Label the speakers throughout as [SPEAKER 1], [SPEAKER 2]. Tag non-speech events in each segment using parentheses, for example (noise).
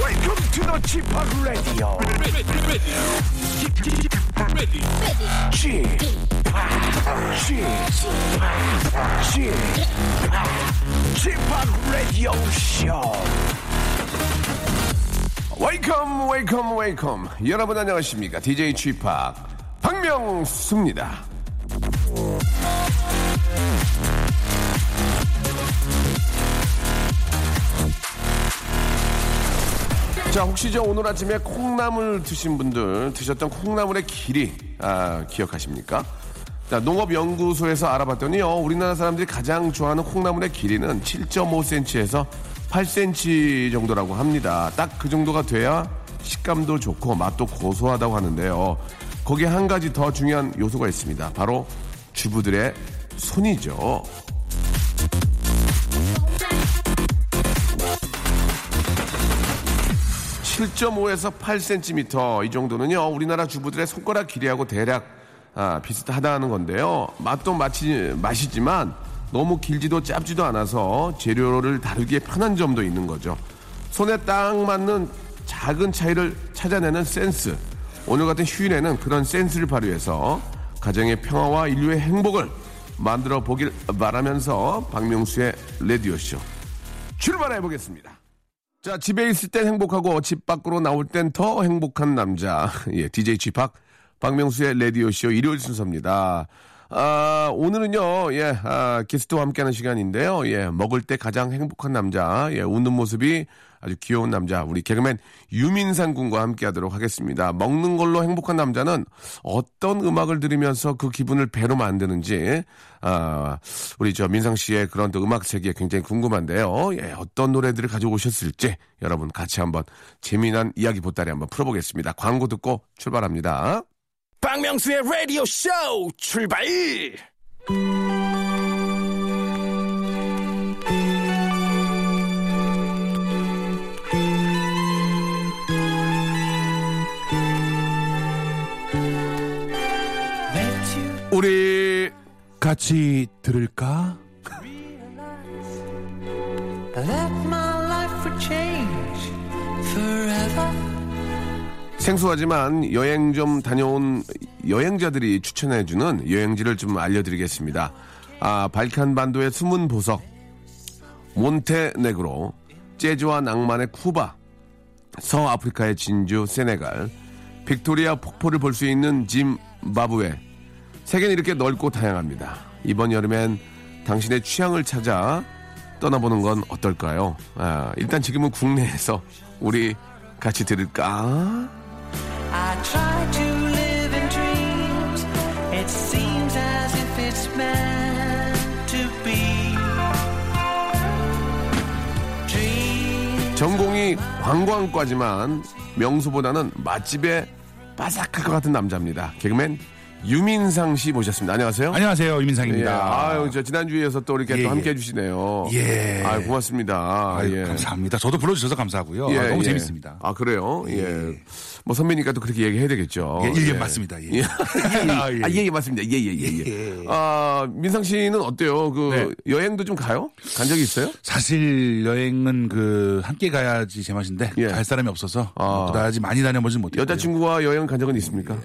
[SPEAKER 1] Welcome to the Chip Radio. Chip, Chip, Chip, Radio Show. Welcome, welcome, welcome. 여러분 안녕하십니까? DJ Chip 박명수입니다. 자, 혹시 저 오늘 아침에 콩나물 드신 분들 드셨던 콩나물의 길이 아, 기억하십니까? 자, 농업연구소에서 알아봤더니요. 어, 우리나라 사람들이 가장 좋아하는 콩나물의 길이는 7.5cm에서 8cm 정도라고 합니다. 딱 그 정도가 돼야 식감도 좋고 맛도 고소하다고 하는데요. 거기에 한 가지 더 중요한 요소가 있습니다. 바로 주부들의 손이죠. 칠 7.5에서 8cm 이 정도는요 우리나라 주부들의 손가락 길이하고 대략 아, 비슷하다는 건데요 맛도 마치 맛이지만 너무 길지도 짧지도 않아서 재료를 다루기에 편한 점도 있는 거죠 손에 딱 맞는 작은 차이를 찾아내는 센스 오늘 같은 휴일에는 그런 센스를 발휘해서 가정의 평화와 인류의 행복을 만들어 보길 바라면서 박명수의 레디오쇼 출발해 보겠습니다. 자, 집에 있을 땐 행복하고 집 밖으로 나올 땐 더 행복한 남자. (laughs) 예, DJ 지팍 박명수의 라디오쇼 일요일 순서입니다. 아, 오늘은요, 예, 아, 게스트와 함께하는 시간인데요. 예, 먹을 때 가장 행복한 남자. 예, 웃는 모습이 아주 귀여운 남자. 우리 개그맨 유민상 군과 함께하도록 하겠습니다. 먹는 걸로 행복한 남자는 어떤 음악을 들으면서 그 기분을 배로 만드는지 아, 우리 저 민상 씨의 그런 또 음악 세계 굉장히 궁금한데요. 예, 어떤 노래들을 가지고 오셨을지 여러분 같이 한번 재미난 이야기 보따리 한번 풀어보겠습니다. 광고 듣고 출발합니다. 박명수의 라디오 쇼 출발!
[SPEAKER 2] 우리
[SPEAKER 3] 같이 들을까?
[SPEAKER 4] That my life would change forever.
[SPEAKER 1] 생소하지만 여행 좀 다녀온 여행자들이 추천해주는 여행지를 좀 알려드리겠습니다. 아, 발칸반도의 숨은 보석, 몬테네그로, 재즈와 낭만의 쿠바, 서아프리카의 진주 세네갈, 빅토리아 폭포를 볼 수 있는 짐바브웨. 세계는 이렇게 넓고 다양합니다. 이번 여름엔 당신의 취향을 찾아 떠나보는 건 어떨까요? 아, 일단 지금은 국내에서 우리 같이 들을까?
[SPEAKER 4] I try to live in dreams. It seems as if it's meant to be. Dream
[SPEAKER 1] 전공이 관광과지만 명수보다는 맛집에 빠삭할 것 같은 남자입니다. 개그맨 유민상 씨 모셨습니다. 안녕하세요.
[SPEAKER 3] 안녕하세요
[SPEAKER 1] 예.
[SPEAKER 3] 유민상입니다.
[SPEAKER 1] 아유, 저 지난주에서 또 이렇게
[SPEAKER 3] 예,
[SPEAKER 1] 또 함께
[SPEAKER 3] 예.
[SPEAKER 1] 해주시네요.
[SPEAKER 3] 예.
[SPEAKER 1] 아유, 고맙습니다.
[SPEAKER 3] 아유,
[SPEAKER 1] 예.
[SPEAKER 3] 감사합니다. 저도 불러주셔서 감사하고요. 아, 너무 재밌습니다.
[SPEAKER 1] 아, 그래요? 예. 뭐 선배니까 또 그렇게 얘기해야 되겠죠.
[SPEAKER 3] 예, 일년 맞습니다. 예.
[SPEAKER 1] 예.
[SPEAKER 3] (laughs) 아, 예.
[SPEAKER 1] 아, 예, 예, 맞습니다. 예, 예, 예. 예. 아, 민상 씨는 어때요? 그 여행도 좀 가요? 간 적이 있어요?
[SPEAKER 3] 사실 여행은 그 함께 가야지 제맛인데
[SPEAKER 1] 예.
[SPEAKER 3] 갈 사람이 없어서
[SPEAKER 1] 아.
[SPEAKER 3] 뭐 그다지 많이 다녀보진
[SPEAKER 1] 예,
[SPEAKER 3] 못해요.
[SPEAKER 1] 여자친구와 여행 간 적은 있습니까?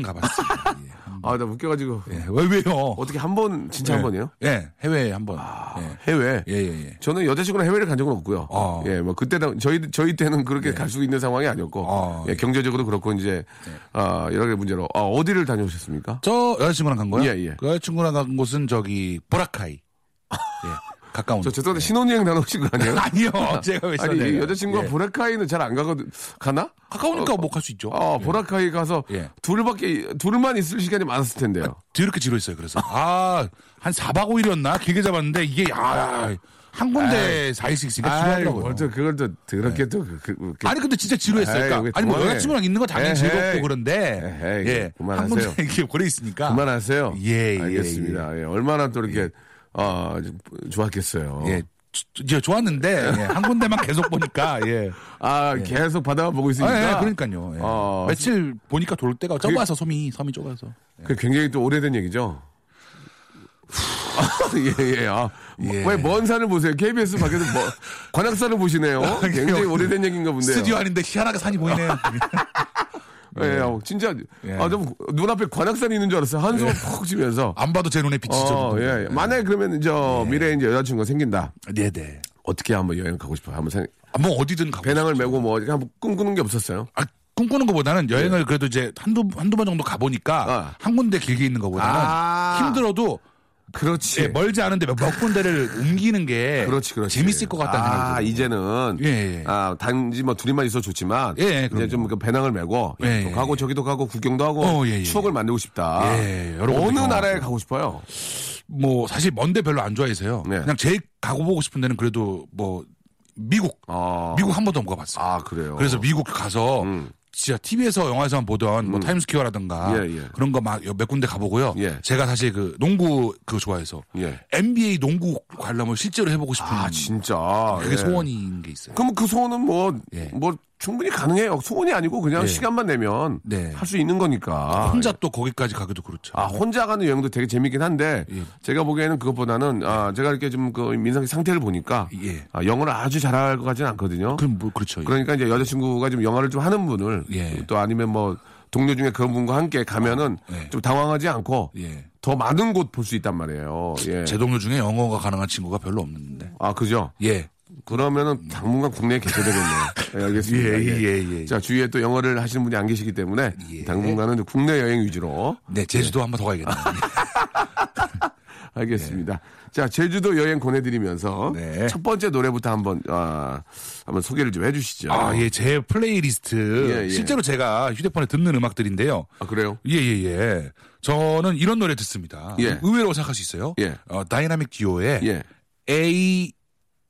[SPEAKER 1] (laughs)
[SPEAKER 3] 가봤습니다. 예.
[SPEAKER 1] 예. 아, 나 웃겨가지고.
[SPEAKER 3] 예. 왜 왜요?
[SPEAKER 1] 어떻게 한 번, 진짜 한 번이에요? 아.
[SPEAKER 3] 예, 해외에 한 번. 예.
[SPEAKER 1] 해외.
[SPEAKER 3] 예, 예, 예.
[SPEAKER 1] 저는 여자친구랑 해외를 간 적은 없고요.
[SPEAKER 3] 어.
[SPEAKER 1] 예, 뭐 그때는 저희 저희 때는 그렇게 갈 수 있는 상황이 예. 아니었고,
[SPEAKER 3] 어,
[SPEAKER 1] 예, 경제적으로 그렇고 이제 아 여러 가지 문제로 아, 어디를 다녀오셨습니까?
[SPEAKER 3] 저 여자친구랑 간 거요?
[SPEAKER 1] 예, 예.
[SPEAKER 3] 그 여자친구랑 간 곳은 저기 보라카이. 예. 가까운.
[SPEAKER 1] (laughs)
[SPEAKER 3] 예.
[SPEAKER 1] 저 죄송한데 신혼여행 다녀오신 거 (laughs) 아니에요?
[SPEAKER 3] 아니요. 제가 왜
[SPEAKER 1] 아니 이
[SPEAKER 3] 신혼여행을.
[SPEAKER 1] 여자친구가
[SPEAKER 3] 예.
[SPEAKER 1] 보라카이는 잘 안 가거든. 가나?
[SPEAKER 3] 가까우니까
[SPEAKER 1] 어,
[SPEAKER 3] 못 갈 수 있죠.
[SPEAKER 1] 아
[SPEAKER 3] 예.
[SPEAKER 1] 보라카이 가서
[SPEAKER 3] 예.
[SPEAKER 1] 둘밖에 둘만 있을 시간이 많았을 텐데요.
[SPEAKER 3] 뒤렇게 지루했어요. 그래서 아, 한 4박 5일이었나? 길게 잡았는데 이게 야, 한 군데 4일씩 있으니까
[SPEAKER 1] 뭘
[SPEAKER 3] 지루하더라고요. 예.
[SPEAKER 1] 또뭐 그걸 또 더럽게 또 그, 그, 그,
[SPEAKER 3] 그러니까 아니 그러니까. 근데 진짜 지루했어요.
[SPEAKER 1] 에이, 왜
[SPEAKER 3] 그러니까, 아니 뭐
[SPEAKER 1] 그만해.
[SPEAKER 3] 여자친구랑 있는 거 당연히
[SPEAKER 1] 에헤이.
[SPEAKER 3] 즐겁고 그런데
[SPEAKER 1] 에헤이,
[SPEAKER 3] 예, 한
[SPEAKER 1] 그만하세요.
[SPEAKER 3] 군데 이렇게 오래 있으니까
[SPEAKER 1] 그만하세요.
[SPEAKER 3] 예, 예,
[SPEAKER 1] 알겠습니다. 예, 얼마나 또 이렇게 아 좋았겠어요.
[SPEAKER 3] 예, 조- 조- 좋았는데 예, 한 군데만 계속 보니까
[SPEAKER 1] (laughs)
[SPEAKER 3] 예.
[SPEAKER 1] 아 계속 바다만 보고 있으니까.
[SPEAKER 3] 아, 예, 그러니까요. 예.
[SPEAKER 1] 어,
[SPEAKER 3] 며칠 보니까 돌 때가 좁아서 섬이 섬이 좁아서. (laughs)
[SPEAKER 1] 그 굉장히 또 오래된 얘기죠. 예, 예, 아.
[SPEAKER 3] 예.
[SPEAKER 1] 왜 먼 산을 보세요? KBS 밖에서
[SPEAKER 3] (laughs)
[SPEAKER 1] 뭐, 관악산을 보시네요. 굉장히 오래된 얘기인가 본데요.
[SPEAKER 3] 아, 예, 어. 스튜디오 아닌데 희한하게 산이
[SPEAKER 1] (laughs)
[SPEAKER 3] 보이네요.
[SPEAKER 1] 예, 어, 진짜.
[SPEAKER 3] 예.
[SPEAKER 1] 아, 좀 눈앞에 관악산이 있는 줄 알았어요. 한숨을 푹 쉬면서.
[SPEAKER 3] 안 봐도 제 눈에 비치죠.
[SPEAKER 1] 어, 예, 예. 만약에 그러면 저
[SPEAKER 3] 예.
[SPEAKER 1] 미래에 이제 여자친구가 생긴다.
[SPEAKER 3] 네, 네.
[SPEAKER 1] 어떻게 한번 여행 가고 싶어요? 한번 생,
[SPEAKER 3] 아, 뭐 어디든 가고.
[SPEAKER 1] 배낭을 메고 뭐, 어디 한번 꿈꾸는 게 없었어요?
[SPEAKER 3] 아, 꿈꾸는 것보다는 여행을
[SPEAKER 1] 예.
[SPEAKER 3] 그래도 이제 한두 한두 번 정도 가보니까
[SPEAKER 1] 어.
[SPEAKER 3] 한 군데 길게 있는 것보다는
[SPEAKER 1] 아.
[SPEAKER 3] 힘들어도
[SPEAKER 1] 그렇지.
[SPEAKER 3] 예, 멀지 않은데 몇, 몇 군데를 옮기는 게
[SPEAKER 1] 그렇지, 그렇지.
[SPEAKER 3] 재밌을 것 같다는
[SPEAKER 1] 아,
[SPEAKER 3] 생각이
[SPEAKER 1] 이제는.
[SPEAKER 3] 예, 예.
[SPEAKER 1] 아, 단지 뭐 둘이만 있어 좋지만.
[SPEAKER 3] 예, 예,
[SPEAKER 1] 이제
[SPEAKER 3] 그럼요.
[SPEAKER 1] 좀그 배낭을 메고.
[SPEAKER 3] 예,
[SPEAKER 1] 또
[SPEAKER 3] 예,
[SPEAKER 1] 가고
[SPEAKER 3] 예.
[SPEAKER 1] 저기도 가고 구경도 하고.
[SPEAKER 3] 어, 예, 예.
[SPEAKER 1] 추억을 만들고 싶다.
[SPEAKER 3] 예, 여러 군데
[SPEAKER 1] 어느
[SPEAKER 3] 경험하고.
[SPEAKER 1] 나라에 가고 싶어요?
[SPEAKER 3] 뭐 사실 먼데 별로 안 좋아해서요.
[SPEAKER 1] 네.
[SPEAKER 3] 그냥 제일 가고 보고 싶은 데는 그래도 뭐 미국
[SPEAKER 1] 아.
[SPEAKER 3] 미국 한 번도 못 가봤어요.
[SPEAKER 1] 아, 그래요?
[SPEAKER 3] 그래서 미국 가서 진짜 TV에서 영화에서만 보던 뭐 타임스퀘어라든가
[SPEAKER 1] 음. 예, 예.
[SPEAKER 3] 그런 거 막 몇 군데 가보고요.
[SPEAKER 1] 예.
[SPEAKER 3] 제가 사실 그 농구 그거 좋아해서
[SPEAKER 1] 예.
[SPEAKER 3] NBA 농구 관람을 실제로 해보고 싶은
[SPEAKER 1] 아, 진짜.
[SPEAKER 3] 음. 그게
[SPEAKER 1] 예.
[SPEAKER 3] 소원인 게 있어요.
[SPEAKER 1] 그럼 그 소원은 뭐,
[SPEAKER 3] 예.
[SPEAKER 1] 뭐, 충분히 가능해요. 소원이 아니고 그냥
[SPEAKER 3] 예.
[SPEAKER 1] 시간만 내면.
[SPEAKER 3] 네.
[SPEAKER 1] 할 수 있는 거니까.
[SPEAKER 3] 혼자 또 거기까지 가기도 그렇죠.
[SPEAKER 1] 예. 아, 혼자 가는 여행도 되게 재밌긴 한데,
[SPEAKER 3] 예.
[SPEAKER 1] 제가 보기에는 그것보다는, 아, 제가 이렇게 좀 그 민상의 상태를 보니까,
[SPEAKER 3] 예.
[SPEAKER 1] 아, 영어를 아주 잘할 것 같진 않거든요.
[SPEAKER 3] 그럼 뭐 그렇죠. 예.
[SPEAKER 1] 그러니까 이제 여자친구가 좀 영화를 좀 하는 분을,
[SPEAKER 3] 예.
[SPEAKER 1] 또 아니면 뭐, 동료 중에 그런 분과 함께 가면은
[SPEAKER 3] 예.
[SPEAKER 1] 좀 당황하지 않고,
[SPEAKER 3] 예.
[SPEAKER 1] 더 많은 곳 볼 수 있단 말이에요. 예.
[SPEAKER 3] 제 동료 중에 영어가 가능한 친구가 별로 없는데.
[SPEAKER 1] 아, 그죠?
[SPEAKER 3] 예.
[SPEAKER 1] 그러면은 당분간 국내에 계셔야
[SPEAKER 3] (laughs)
[SPEAKER 1] 되겠네요. 예, 알겠습니다.
[SPEAKER 3] 예, 예, 예.
[SPEAKER 1] 자, 주위에 또 영어를 하시는 분이 안 계시기 때문에 당분간은 국내 여행 위주로
[SPEAKER 3] 네, 제주도 한 번 더 가야겠네요.
[SPEAKER 1] 알겠습니다. 자, 제주도 여행 보내드리면서
[SPEAKER 3] 네.
[SPEAKER 1] 첫 번째 노래부터 한번 아, 한번 소개를 좀 해주시죠.
[SPEAKER 3] 아, 예, 제 플레이리스트.
[SPEAKER 1] 예, 예.
[SPEAKER 3] 실제로 제가 휴대폰에 듣는 음악들인데요.
[SPEAKER 1] 아, 그래요?
[SPEAKER 3] 예, 예, 예. 저는 이런 노래 듣습니다.
[SPEAKER 1] 예.
[SPEAKER 3] 의외로 생각할 수 있어요.
[SPEAKER 1] 예.
[SPEAKER 3] 어, 다이나믹 듀오의
[SPEAKER 1] 예.
[SPEAKER 3] A,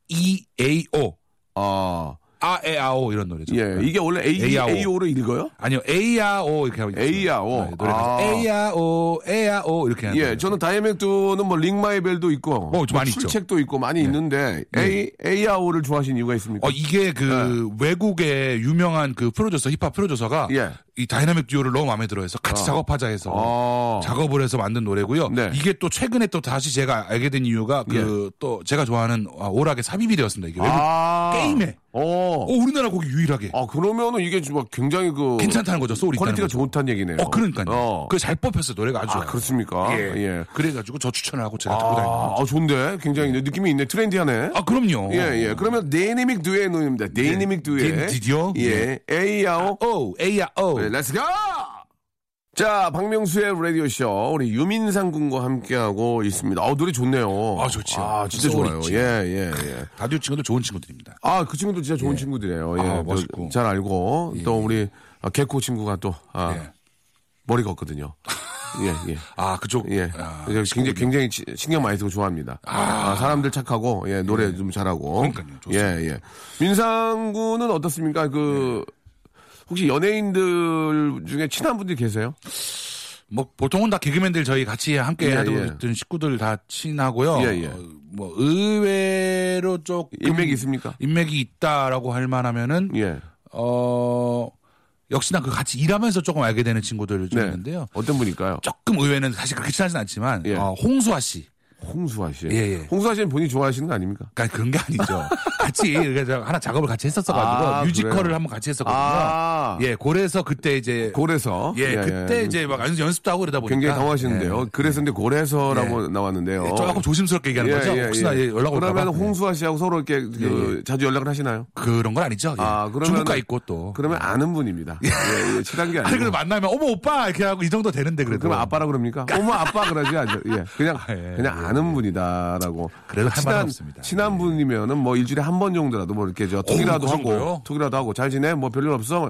[SPEAKER 3] E, A, O.
[SPEAKER 1] 아,
[SPEAKER 3] 아, 에, 아, 오. 이런 노래죠.
[SPEAKER 1] 예. 이게 원래 A
[SPEAKER 3] AAO.
[SPEAKER 1] A O로 읽어요?
[SPEAKER 3] 아니요, A, 아, 오. 이렇게 하고
[SPEAKER 1] AAO.
[SPEAKER 3] 노래
[SPEAKER 1] E 아.
[SPEAKER 3] A, 아, 오. A, 아, 오. 이렇게 하는
[SPEAKER 1] 예, 저는 다이맥도는 뭐 링마이벨도 있고, 뭐
[SPEAKER 3] 어, 좀 많이 있죠. 네.
[SPEAKER 1] 출첵도 있고 많이 있는데 A A R O를 좋아하신 이유가 있습니까?
[SPEAKER 3] 어, 이게 그 외국의 유명한 그 프로듀서, 힙합 프로듀서가
[SPEAKER 1] 예.
[SPEAKER 3] 이 다이나믹 듀오를 너무 마음에 들어 해서 같이 작업하자 해서
[SPEAKER 1] 아.
[SPEAKER 3] 작업을 해서 만든 노래고요.
[SPEAKER 1] 네. 예.
[SPEAKER 3] 이게 또 최근에 또 다시 제가 알게 된 이유가 그 또 제가 좋아하는 아, 오락의 삽입이 되었습니다. 이게 외국
[SPEAKER 1] 아.
[SPEAKER 3] 게임에.
[SPEAKER 1] 어.
[SPEAKER 3] 어, 우리나라 곡이 유일하게
[SPEAKER 1] 아, 그러면은 이게 좀 굉장히 그
[SPEAKER 3] 괜찮다는 거죠. 소울이
[SPEAKER 1] 퀄리티가
[SPEAKER 3] 있다는 거죠.
[SPEAKER 1] 좋다는 얘기네요.
[SPEAKER 3] 어, 그러니까요.
[SPEAKER 1] 어.
[SPEAKER 3] 그게 잘 뽑혔어요. 노래가 아주.
[SPEAKER 1] 아,
[SPEAKER 3] 좋아요.
[SPEAKER 1] 그렇습니까?
[SPEAKER 3] 예.
[SPEAKER 1] 예.
[SPEAKER 3] 그래가지고 저 추천을 하고 제가 들고 다니는
[SPEAKER 1] 아,
[SPEAKER 3] 거죠. 예.
[SPEAKER 1] 아, 좋은데? 굉장히 느낌이 있네. 트렌디하네.
[SPEAKER 3] 아, 그럼요.
[SPEAKER 1] 예, 예. 그러면 데이내믹 듀엣 노래입니다. 데이내믹 듀엣.
[SPEAKER 3] 네. 드디어? 네.
[SPEAKER 1] 예. 에이야오.
[SPEAKER 3] 오, 에이야, 오.
[SPEAKER 1] 네, 렛츠고! 자, 박명수의 라디오쇼. 우리 유민상 군과 함께하고 있습니다. 어, 노래 좋네요.
[SPEAKER 3] 아, 좋지요.
[SPEAKER 1] 아, 진짜
[SPEAKER 3] 소울
[SPEAKER 1] 좋아요.
[SPEAKER 3] 있지.
[SPEAKER 1] 예, 예, 예.
[SPEAKER 3] 라디오 친구들 좋은 친구들입니다.
[SPEAKER 1] 아, 그 친구도 진짜 좋은 친구들이에요. 예.
[SPEAKER 3] 아,
[SPEAKER 1] 저
[SPEAKER 3] 멋있고.
[SPEAKER 1] 잘 알고. 또 우리 아, 개코 친구가 또, 아,
[SPEAKER 3] 예.
[SPEAKER 1] 머리가 없거든요.
[SPEAKER 3] (laughs)
[SPEAKER 1] 예, 예.
[SPEAKER 3] 아, 그쪽.
[SPEAKER 1] 예.
[SPEAKER 3] 아,
[SPEAKER 1] 그래서 굉장히, 굉장히 치- 신경 많이 쓰고 좋아합니다. 아, 사람들 착하고, 예, 노래 좀 잘하고.
[SPEAKER 3] 그러니까요. 좋습니다.
[SPEAKER 1] 예, 예. 민상군은 어떻습니까? 그,
[SPEAKER 3] 네.
[SPEAKER 1] 혹시 연예인들 중에 친한 분들 계세요?
[SPEAKER 3] 뭐 보통은 다 개그맨들 저희 같이 함께
[SPEAKER 1] 예,
[SPEAKER 3] 하던
[SPEAKER 1] 예.
[SPEAKER 3] 식구들 다 친하고요.
[SPEAKER 1] 예, 예.
[SPEAKER 3] 어, 뭐 의외로 조금
[SPEAKER 1] 인맥이 있습니까?
[SPEAKER 3] 인맥이 있다라고 할 만하면은
[SPEAKER 1] 예.
[SPEAKER 3] 어 역시나 그 같이 일하면서 조금 알게 되는 친구들 좀
[SPEAKER 1] 네.
[SPEAKER 3] 있는데요.
[SPEAKER 1] 어떤 분일까요?
[SPEAKER 3] 조금 의외는 사실 그렇게 친하진 않지만
[SPEAKER 1] 예.
[SPEAKER 3] 어, 홍수아 씨.
[SPEAKER 1] 홍수아 씨.
[SPEAKER 3] 예, 예.
[SPEAKER 1] 홍수아 씨는 본인이 좋아하시는 거 아닙니까? (laughs)
[SPEAKER 3] 그러니까 그런 게 아니죠. 같이 그래서 하나 작업을 같이 했었어가지고
[SPEAKER 1] 아,
[SPEAKER 3] 뮤지컬을
[SPEAKER 1] 그래요?
[SPEAKER 3] 한번 같이 했었거든요.
[SPEAKER 1] 아.
[SPEAKER 3] 예, 고래서 그때 이제
[SPEAKER 1] 고래서
[SPEAKER 3] 예,
[SPEAKER 1] 예,
[SPEAKER 3] 그때
[SPEAKER 1] 예.
[SPEAKER 3] 이제 막 연- 연습도 하고 그러다 보니까
[SPEAKER 1] 굉장히 당황하시는데요.
[SPEAKER 3] 예.
[SPEAKER 1] 그래서 근데 고래서라고
[SPEAKER 3] 예.
[SPEAKER 1] 나왔는데요.
[SPEAKER 3] 예, 조금 조심스럽게 얘기하는 거죠. 혹시나 예, 연락 올까봐.
[SPEAKER 1] 그러면 홍수아 씨하고 서로 이렇게 그
[SPEAKER 3] 예.
[SPEAKER 1] 자주 연락을 하시나요?
[SPEAKER 3] 그런 건 아니죠. 예.
[SPEAKER 1] 아, 그러면
[SPEAKER 3] 중국가 있고 또.
[SPEAKER 1] 그러면 아는 분입니다. 예, 예, 친한 게
[SPEAKER 3] 아니
[SPEAKER 1] 아니고.
[SPEAKER 3] 그래 만나면 어머 오빠 이렇게 하고 이 정도 되는데 그래도
[SPEAKER 1] 그럼 아빠라 그럽니까? 어머 아빠 그러지 않죠. 예, 그냥
[SPEAKER 3] 아, 예,
[SPEAKER 1] 그냥
[SPEAKER 3] 예,
[SPEAKER 1] 아는 분이다라고.
[SPEAKER 3] 그래도 할 말은
[SPEAKER 1] 친한
[SPEAKER 3] 없습니다. 예.
[SPEAKER 1] 친한 분이면은 뭐 일주일에 한 번 정도라도 뭐 이렇게 저 톡이라도
[SPEAKER 3] 그
[SPEAKER 1] 하고
[SPEAKER 3] 정도요?
[SPEAKER 1] 톡이라도 하고 잘 지내 뭐 별일 없어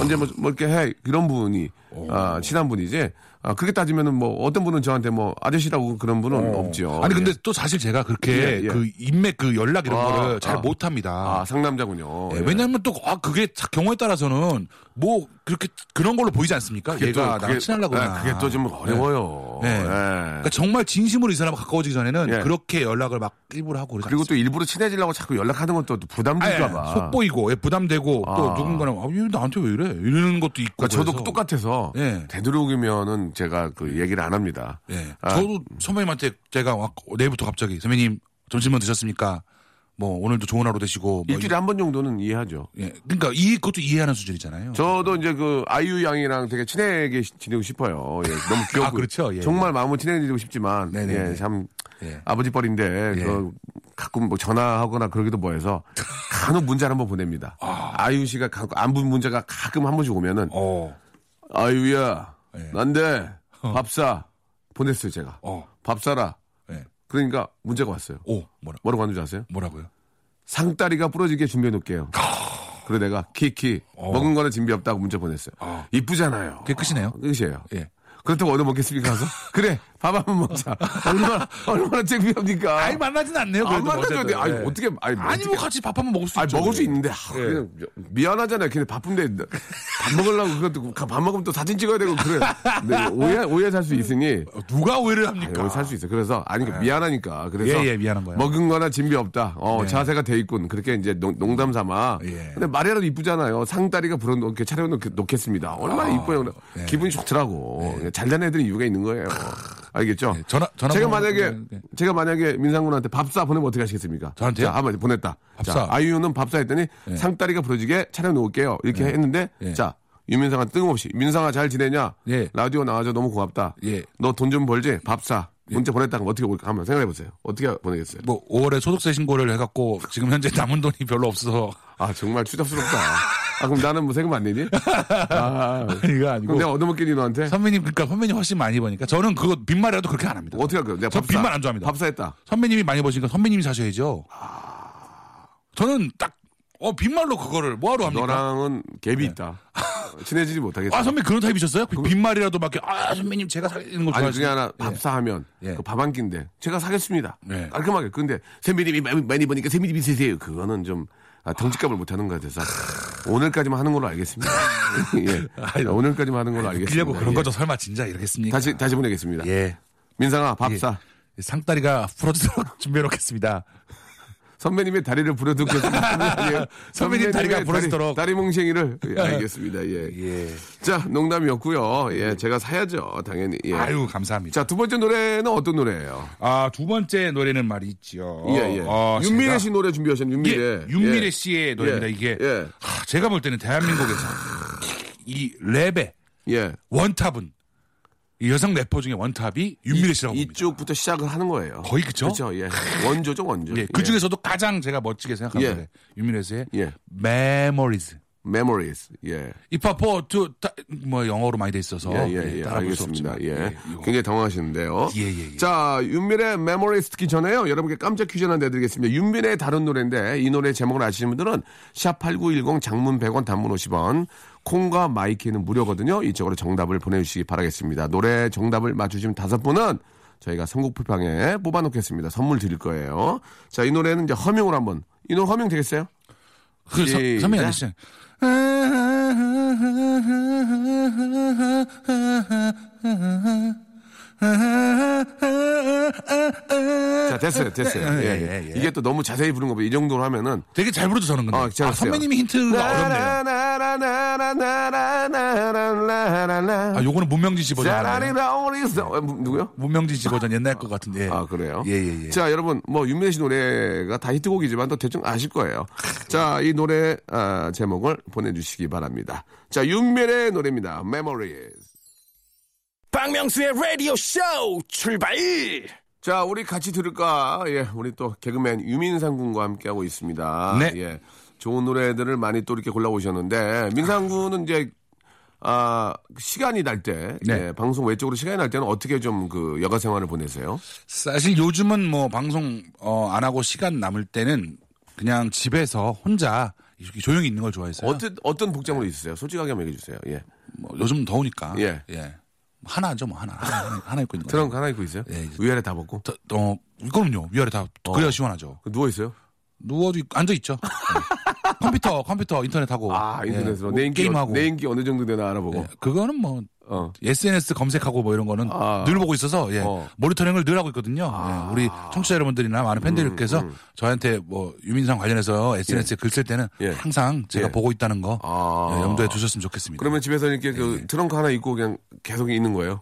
[SPEAKER 1] 언제 뭐, 뭐 이렇게 해 이런 분이 아, 친한 분이지. 아, 그렇게 따지면은 뭐 어떤 분은 저한테 뭐 아저씨라고 그런 분은 없죠.
[SPEAKER 3] 아니 근데
[SPEAKER 1] 예.
[SPEAKER 3] 또 사실 제가 그렇게
[SPEAKER 1] 예, 예.
[SPEAKER 3] 그 인맥 그 연락 이런
[SPEAKER 1] 아,
[SPEAKER 3] 거를 잘
[SPEAKER 1] 아.
[SPEAKER 3] 못합니다.
[SPEAKER 1] 아 상남자군요.
[SPEAKER 3] 예,
[SPEAKER 1] 예.
[SPEAKER 3] 왜냐하면 또 아, 그게 자- 경우에 따라서는 뭐 그렇게 그런 걸로 보이지 않습니까?
[SPEAKER 1] 그게 또-
[SPEAKER 3] 얘가
[SPEAKER 1] 그게-
[SPEAKER 3] 나랑 친하려고
[SPEAKER 1] 예, 그게 또 좀 어려워요.
[SPEAKER 3] 네.
[SPEAKER 1] 예.
[SPEAKER 3] 그러니까 정말 진심으로 이 사람 가까워지기 전에는
[SPEAKER 1] 예.
[SPEAKER 3] 그렇게 연락을 막 일부러 하고 그러지
[SPEAKER 1] 그리고 또 일부러 친해지려고 자꾸 연락하는 것도 또
[SPEAKER 3] 않습니까?
[SPEAKER 1] 부담될까봐.
[SPEAKER 3] 아, 예. 속보이고 예, 부담되고 또
[SPEAKER 1] 아.
[SPEAKER 3] 누군가는 아, 얘 나한테 왜 이래 이러는 것도 있고
[SPEAKER 1] 그러니까 저도
[SPEAKER 3] 그래서.
[SPEAKER 1] 똑같아서
[SPEAKER 3] 예.
[SPEAKER 1] 되도록이면은 제가 그 얘기를 안 합니다.
[SPEAKER 3] 예.
[SPEAKER 1] 아,
[SPEAKER 3] 저도 선배님한테 제가 막 내일부터 갑자기 선배님 점심만 드셨습니까? 뭐 오늘도 좋은 하루 되시고 뭐
[SPEAKER 1] 일주일에 한 번 정도는 이해하죠.
[SPEAKER 3] 이- 예. 그러니까 이 그것도 이해하는 수준이잖아요.
[SPEAKER 1] 저도 이제 그 아이유 양이랑 되게 친하게 시- 지내고 싶어요.
[SPEAKER 3] (laughs)
[SPEAKER 1] 예, 너무 귀엽고
[SPEAKER 3] 그렇죠. 예.
[SPEAKER 1] 정말 마음은 친해지고 싶지만
[SPEAKER 3] 네네네.
[SPEAKER 1] 예, 참
[SPEAKER 3] 예.
[SPEAKER 1] 아버지 뻘인데 그 가끔 뭐 전화하거나 그러기도
[SPEAKER 3] (laughs)
[SPEAKER 1] 뭐해서 간혹 문자를 한번 보냅니다. 아. 이유 씨가 가끔 안부 문자가 가끔 한 번씩 오면은
[SPEAKER 3] 어.
[SPEAKER 1] 아이유야
[SPEAKER 3] 예.
[SPEAKER 1] 난데 밥사 보냈어요 제가
[SPEAKER 3] 어.
[SPEAKER 1] 밥 사라
[SPEAKER 3] 예.
[SPEAKER 1] 그러니까 문자가 왔어요.
[SPEAKER 3] 오, 뭐라
[SPEAKER 1] 뭐라고 하는 줄 아세요?
[SPEAKER 3] 뭐라고요?
[SPEAKER 1] 상다리가 부러지게 준비해 놓을게요. 그래 내가 키키 먹은 거는 준비 없다고 문자 보냈어요. 이쁘잖아요.
[SPEAKER 3] 어.
[SPEAKER 1] 어,
[SPEAKER 3] 그게 끝이네요.
[SPEAKER 1] 끝이에요.
[SPEAKER 3] 예.
[SPEAKER 1] 그렇다고 얻어 먹겠습니까?
[SPEAKER 3] (laughs)
[SPEAKER 1] 가서 그래 밥 한번 먹자. 얼마나 얼마나 창피합니까?
[SPEAKER 3] 아니 만나진 않네요.
[SPEAKER 1] 안
[SPEAKER 3] 그래도
[SPEAKER 1] 만나줘야 돼.
[SPEAKER 3] 어쨌든.
[SPEAKER 1] 아니
[SPEAKER 3] 예.
[SPEAKER 1] 어떻게 아니, 뭐
[SPEAKER 3] 아니 뭐
[SPEAKER 1] 어떻게-
[SPEAKER 3] 같이 밥 한번 먹을 수
[SPEAKER 1] 아니,
[SPEAKER 3] 있죠. 예.
[SPEAKER 1] 먹을 수 있는데 아, 그냥 미안하잖아요. 걔네 바쁜데 밥 먹으려고 그것도 밥 먹으면 또 사진 찍어야 되고
[SPEAKER 3] (laughs)
[SPEAKER 1] 그래. 네, 오해 오해 살 수 있으니
[SPEAKER 3] 어, 누가 오해를 합니까? 네.
[SPEAKER 1] 여기 살 수 있어. 그래서 아니 그 미안하니까. 그래서
[SPEAKER 3] 예, 예, 미안한 거예요. 네.
[SPEAKER 1] 먹은 거나 진비 없다. 어, 자세가 돼 있군. 그렇게 이제 농, 농담 삼아.
[SPEAKER 3] 예.
[SPEAKER 1] 근데 말이라도 이쁘잖아요. 상다리가 불어 놓게 차려 놓겠, 습니다
[SPEAKER 3] 아,
[SPEAKER 1] 얼마나 이뻐요.
[SPEAKER 3] 예.
[SPEAKER 1] 기분이 좋더라고. 잘 자는 애들은 이유가 있는 거예요. 알겠죠?
[SPEAKER 3] 예, 전화- 전화
[SPEAKER 1] 제가
[SPEAKER 3] 번호
[SPEAKER 1] 만약에
[SPEAKER 3] 보내는데.
[SPEAKER 1] 제가 만약에 민상군한테 밥사 보내면 어떻게 하시겠습니까?
[SPEAKER 3] 저한테요?
[SPEAKER 1] 자, 한번 보냈다.
[SPEAKER 3] 밥사.
[SPEAKER 1] 자, 아이유는 밥사 했더니 상다리가 부러지게 차려 놓을게요. 이렇게 했는데
[SPEAKER 3] 예.
[SPEAKER 1] 자, 유민상아 뜬금없이 민상아 잘 지내냐?
[SPEAKER 3] 예.
[SPEAKER 1] 라디오 나와줘 너무 고맙다.
[SPEAKER 3] 예.
[SPEAKER 1] 너 돈 좀 벌지? 밥 사. 문자 보냈다는 거 어떻게 볼까? 한번 생각해 보세요. 어떻게 보내겠어요?
[SPEAKER 3] 뭐 5월에 소득세 신고를 해갖고 지금 현재 남은 돈이 별로 없어서
[SPEAKER 1] 아 정말 추잡스럽다. (laughs) 아 그럼 나는 뭐 세금 안 내니? 아,
[SPEAKER 3] 이거
[SPEAKER 1] 그럼
[SPEAKER 3] 아니고
[SPEAKER 1] 내가 얻어먹겠니 너한테?
[SPEAKER 3] 선배님 그러니까 선배님 훨씬 많이 버니까 저는 그거 빈말이라도 그렇게 안 합니다.
[SPEAKER 1] 어떻게 할까요? 내가
[SPEAKER 3] 저
[SPEAKER 1] 밥사.
[SPEAKER 3] 빈말 안 좋아합니다.
[SPEAKER 1] 밥사 했다.
[SPEAKER 3] 선배님이 많이 버시니까 선배님이 사셔야죠. 저는 딱, 어, 빈말로 그거를 뭐하러 합니까?
[SPEAKER 1] 아.
[SPEAKER 3] 예.
[SPEAKER 1] 너랑은 갭이
[SPEAKER 3] (laughs)
[SPEAKER 1] 있다. 친해지지 못하겠어.
[SPEAKER 3] 아, 선배 그런 타입이셨어요? 빈말이라도 막, 이렇게, 아, 선배님 제가 사는 거
[SPEAKER 1] 아니
[SPEAKER 3] 좋아하시는
[SPEAKER 1] 중에 하나 밥사 하면 그
[SPEAKER 3] 예.
[SPEAKER 1] 밥 한 끼인데 제가 사겠습니다.
[SPEAKER 3] 예.
[SPEAKER 1] 깔끔하게. 근데 선배님이 많이, 많이 버니까 선배님이 세세요. 그거는 좀 아, 등지값을 못하는 것 같아서 오늘까지만 하는 걸로 알겠습니다.
[SPEAKER 3] (laughs)
[SPEAKER 1] 예. 오늘까지만 하는 걸로 알겠습니다.
[SPEAKER 3] 웃기려고 그런
[SPEAKER 1] 예.
[SPEAKER 3] 거죠. 설마 진짜 이러겠습니까?
[SPEAKER 1] 다시 다시 보내겠습니다.
[SPEAKER 3] 예.
[SPEAKER 1] 민상아 밥사
[SPEAKER 3] 상다리가 부러지도록 (laughs) 준비해놓겠습니다.
[SPEAKER 1] 선배님의 다리를 부려듣고
[SPEAKER 3] (laughs)
[SPEAKER 1] 선배님,
[SPEAKER 3] 선배님 다리가 부러지도록.
[SPEAKER 1] 다리, 몽생이를 예, 알겠습니다. 예. 자 농담이었고요. 예 제가 사야죠 당연히. 예.
[SPEAKER 3] 아유, 감사합니다.
[SPEAKER 1] 자두 번째 노래는 어떤 노래예요?
[SPEAKER 3] 아, 두 번째 노래는 말이지요.
[SPEAKER 1] 예, 예.
[SPEAKER 3] 어,
[SPEAKER 1] 윤미래
[SPEAKER 3] 제가-
[SPEAKER 1] 씨 노래 준비하셨는
[SPEAKER 3] 이게
[SPEAKER 1] 윤미래.
[SPEAKER 3] 윤미래
[SPEAKER 1] 예.
[SPEAKER 3] 씨의 노래입니다.
[SPEAKER 1] 예.
[SPEAKER 3] 이게
[SPEAKER 1] 예.
[SPEAKER 3] 하, 제가 볼 때는 대한민국에서 이 랩의
[SPEAKER 1] 예.
[SPEAKER 3] 원탑은 이 여성 래퍼 중에 원탑이 윤미래 씨라고 봅니다.
[SPEAKER 1] 이쪽부터 시작을 하는 거예요.
[SPEAKER 3] 거의 그쵸?
[SPEAKER 1] 그렇죠. 예. 원조죠 원조.
[SPEAKER 3] 예, 그 중에서도 가장 제가 멋지게 생각하는
[SPEAKER 1] 예.
[SPEAKER 3] 노래 윤미래 씨의
[SPEAKER 1] 예.
[SPEAKER 3] Memories.
[SPEAKER 1] 메모리스. 예.
[SPEAKER 3] 이파포 투뭐 영어로 많이 돼 있어서
[SPEAKER 1] 예, 예, 예.
[SPEAKER 3] 따라 볼수
[SPEAKER 1] 알겠습니다.
[SPEAKER 3] 없지만,
[SPEAKER 1] 예.
[SPEAKER 3] 이거.
[SPEAKER 1] 굉장히 당황하시는데요.
[SPEAKER 3] 예, 예, 예.
[SPEAKER 1] 자, 윤미래 메모리스 듣기 전에요. 여러분께 깜짝 퀴즈 하나 내드리겠습니다. 윤미래의 다른 노래인데 이 노래 제목을 아시는 분들은 샵8910 장문 100원 단문 50원 콩과 마이키는 무료거든요. 이쪽으로 정답을 보내주시기 바라겠습니다. 노래 정답을 맞추시면 다섯 분은 저희가 선곡표방에 뽑아놓겠습니다. 선물 드릴 거예요. 자, 이 노래는 이제 허밍으로 한번. 이 노래 허밍 되겠어요?
[SPEAKER 3] 그 서-
[SPEAKER 1] 시작.
[SPEAKER 3] 선배님 아시죠?
[SPEAKER 1] 자, 됐어요, 됐어요. 예, 예. 이게 또 너무 자세히 부른 거보다 이 정도로 하면은
[SPEAKER 3] 되게 잘 부르죠 저는 근데
[SPEAKER 1] 아, 제가
[SPEAKER 3] 아, 선배님이 힌트가 어렵네요
[SPEAKER 1] 나나나 라라라라라라라라라.
[SPEAKER 3] 아, 요거는 문명진 씨 버전. 알아요?
[SPEAKER 1] 자라리라 어리서 어, 누- 누구요?
[SPEAKER 3] 문명진 씨 버전 옛날 것 같은데. 예.
[SPEAKER 1] 아 그래요?
[SPEAKER 3] 예, 예, 예.
[SPEAKER 1] 자 여러분 뭐 윤민혜 씨 노래가 다 히트곡이지만 또 대충 아실 거예요. 자 이 노래 아, 제목을 보내주시기 바랍니다. 자 윤민혜 노래입니다. Memories.
[SPEAKER 5] 박명수의 라디오 쇼 출발!
[SPEAKER 1] 자 우리 같이 들을까? 예, 우리 또 개그맨 유민상 군과 함께 하고 있습니다.
[SPEAKER 3] 네.
[SPEAKER 1] 예, 좋은 노래들을 많이 또 이렇게 골라 오셨는데 민상 군은 이제 아 시간이 날 때,
[SPEAKER 3] 네.
[SPEAKER 1] 예, 방송 외적으로 시간이 날 때는 어떻게 좀 그 여가 생활을 보내세요?
[SPEAKER 3] 사실 요즘은 뭐 방송 어, 안 하고 시간 남을 때는 그냥 집에서 혼자 이렇게 조용히 있는 걸 좋아해서요.
[SPEAKER 1] 어떤 어떤 복장으로 있으세요? 솔직하게 한번 얘기해 주세요. 예.
[SPEAKER 3] 뭐 요즘 더우니까.
[SPEAKER 1] 예.
[SPEAKER 3] 뭐 하나죠, 뭐 하나. 하나, 하나,
[SPEAKER 1] (laughs)
[SPEAKER 3] 하나 입고 있는 거.
[SPEAKER 1] 트렁크 하나 입고 있어요?
[SPEAKER 3] 예, 이제-
[SPEAKER 1] 위아래 다 벗고?
[SPEAKER 3] 더, 어, 그럼요. 위아래 다
[SPEAKER 1] 어.
[SPEAKER 3] 그래야 시원하죠.
[SPEAKER 1] 누워 있어요?
[SPEAKER 3] 네. 누워도 있- 앉아 있죠. 예. 컴퓨터, 컴퓨터, 인터넷 하고.
[SPEAKER 1] 아 인터넷으로
[SPEAKER 3] 뭐
[SPEAKER 1] 내 인기
[SPEAKER 3] 게임하고.
[SPEAKER 1] 어, 내 인기 어느 정도 되나 알아보고.
[SPEAKER 3] 예, 그거는 뭐
[SPEAKER 1] 어.
[SPEAKER 3] SNS 검색하고 뭐 이런 거는
[SPEAKER 1] 아.
[SPEAKER 3] 늘 보고 있어서 예.
[SPEAKER 1] 어. 아.
[SPEAKER 3] 모니터링을 늘 하고 있거든요. 예, 우리 청취자 여러분들이나 많은 팬들께서 저한테 뭐 유민상 관련해서 SNS에 글 쓸 때는
[SPEAKER 1] 음, 예.
[SPEAKER 3] 항상 제가
[SPEAKER 1] 예.
[SPEAKER 3] 보고 있다는 거
[SPEAKER 1] 아.
[SPEAKER 3] 예, 염두에 두셨으면 좋겠습니다.
[SPEAKER 1] 그러면 집에서 이렇게 그 트렁크 하나 입고 그냥 계속 있는 거예요?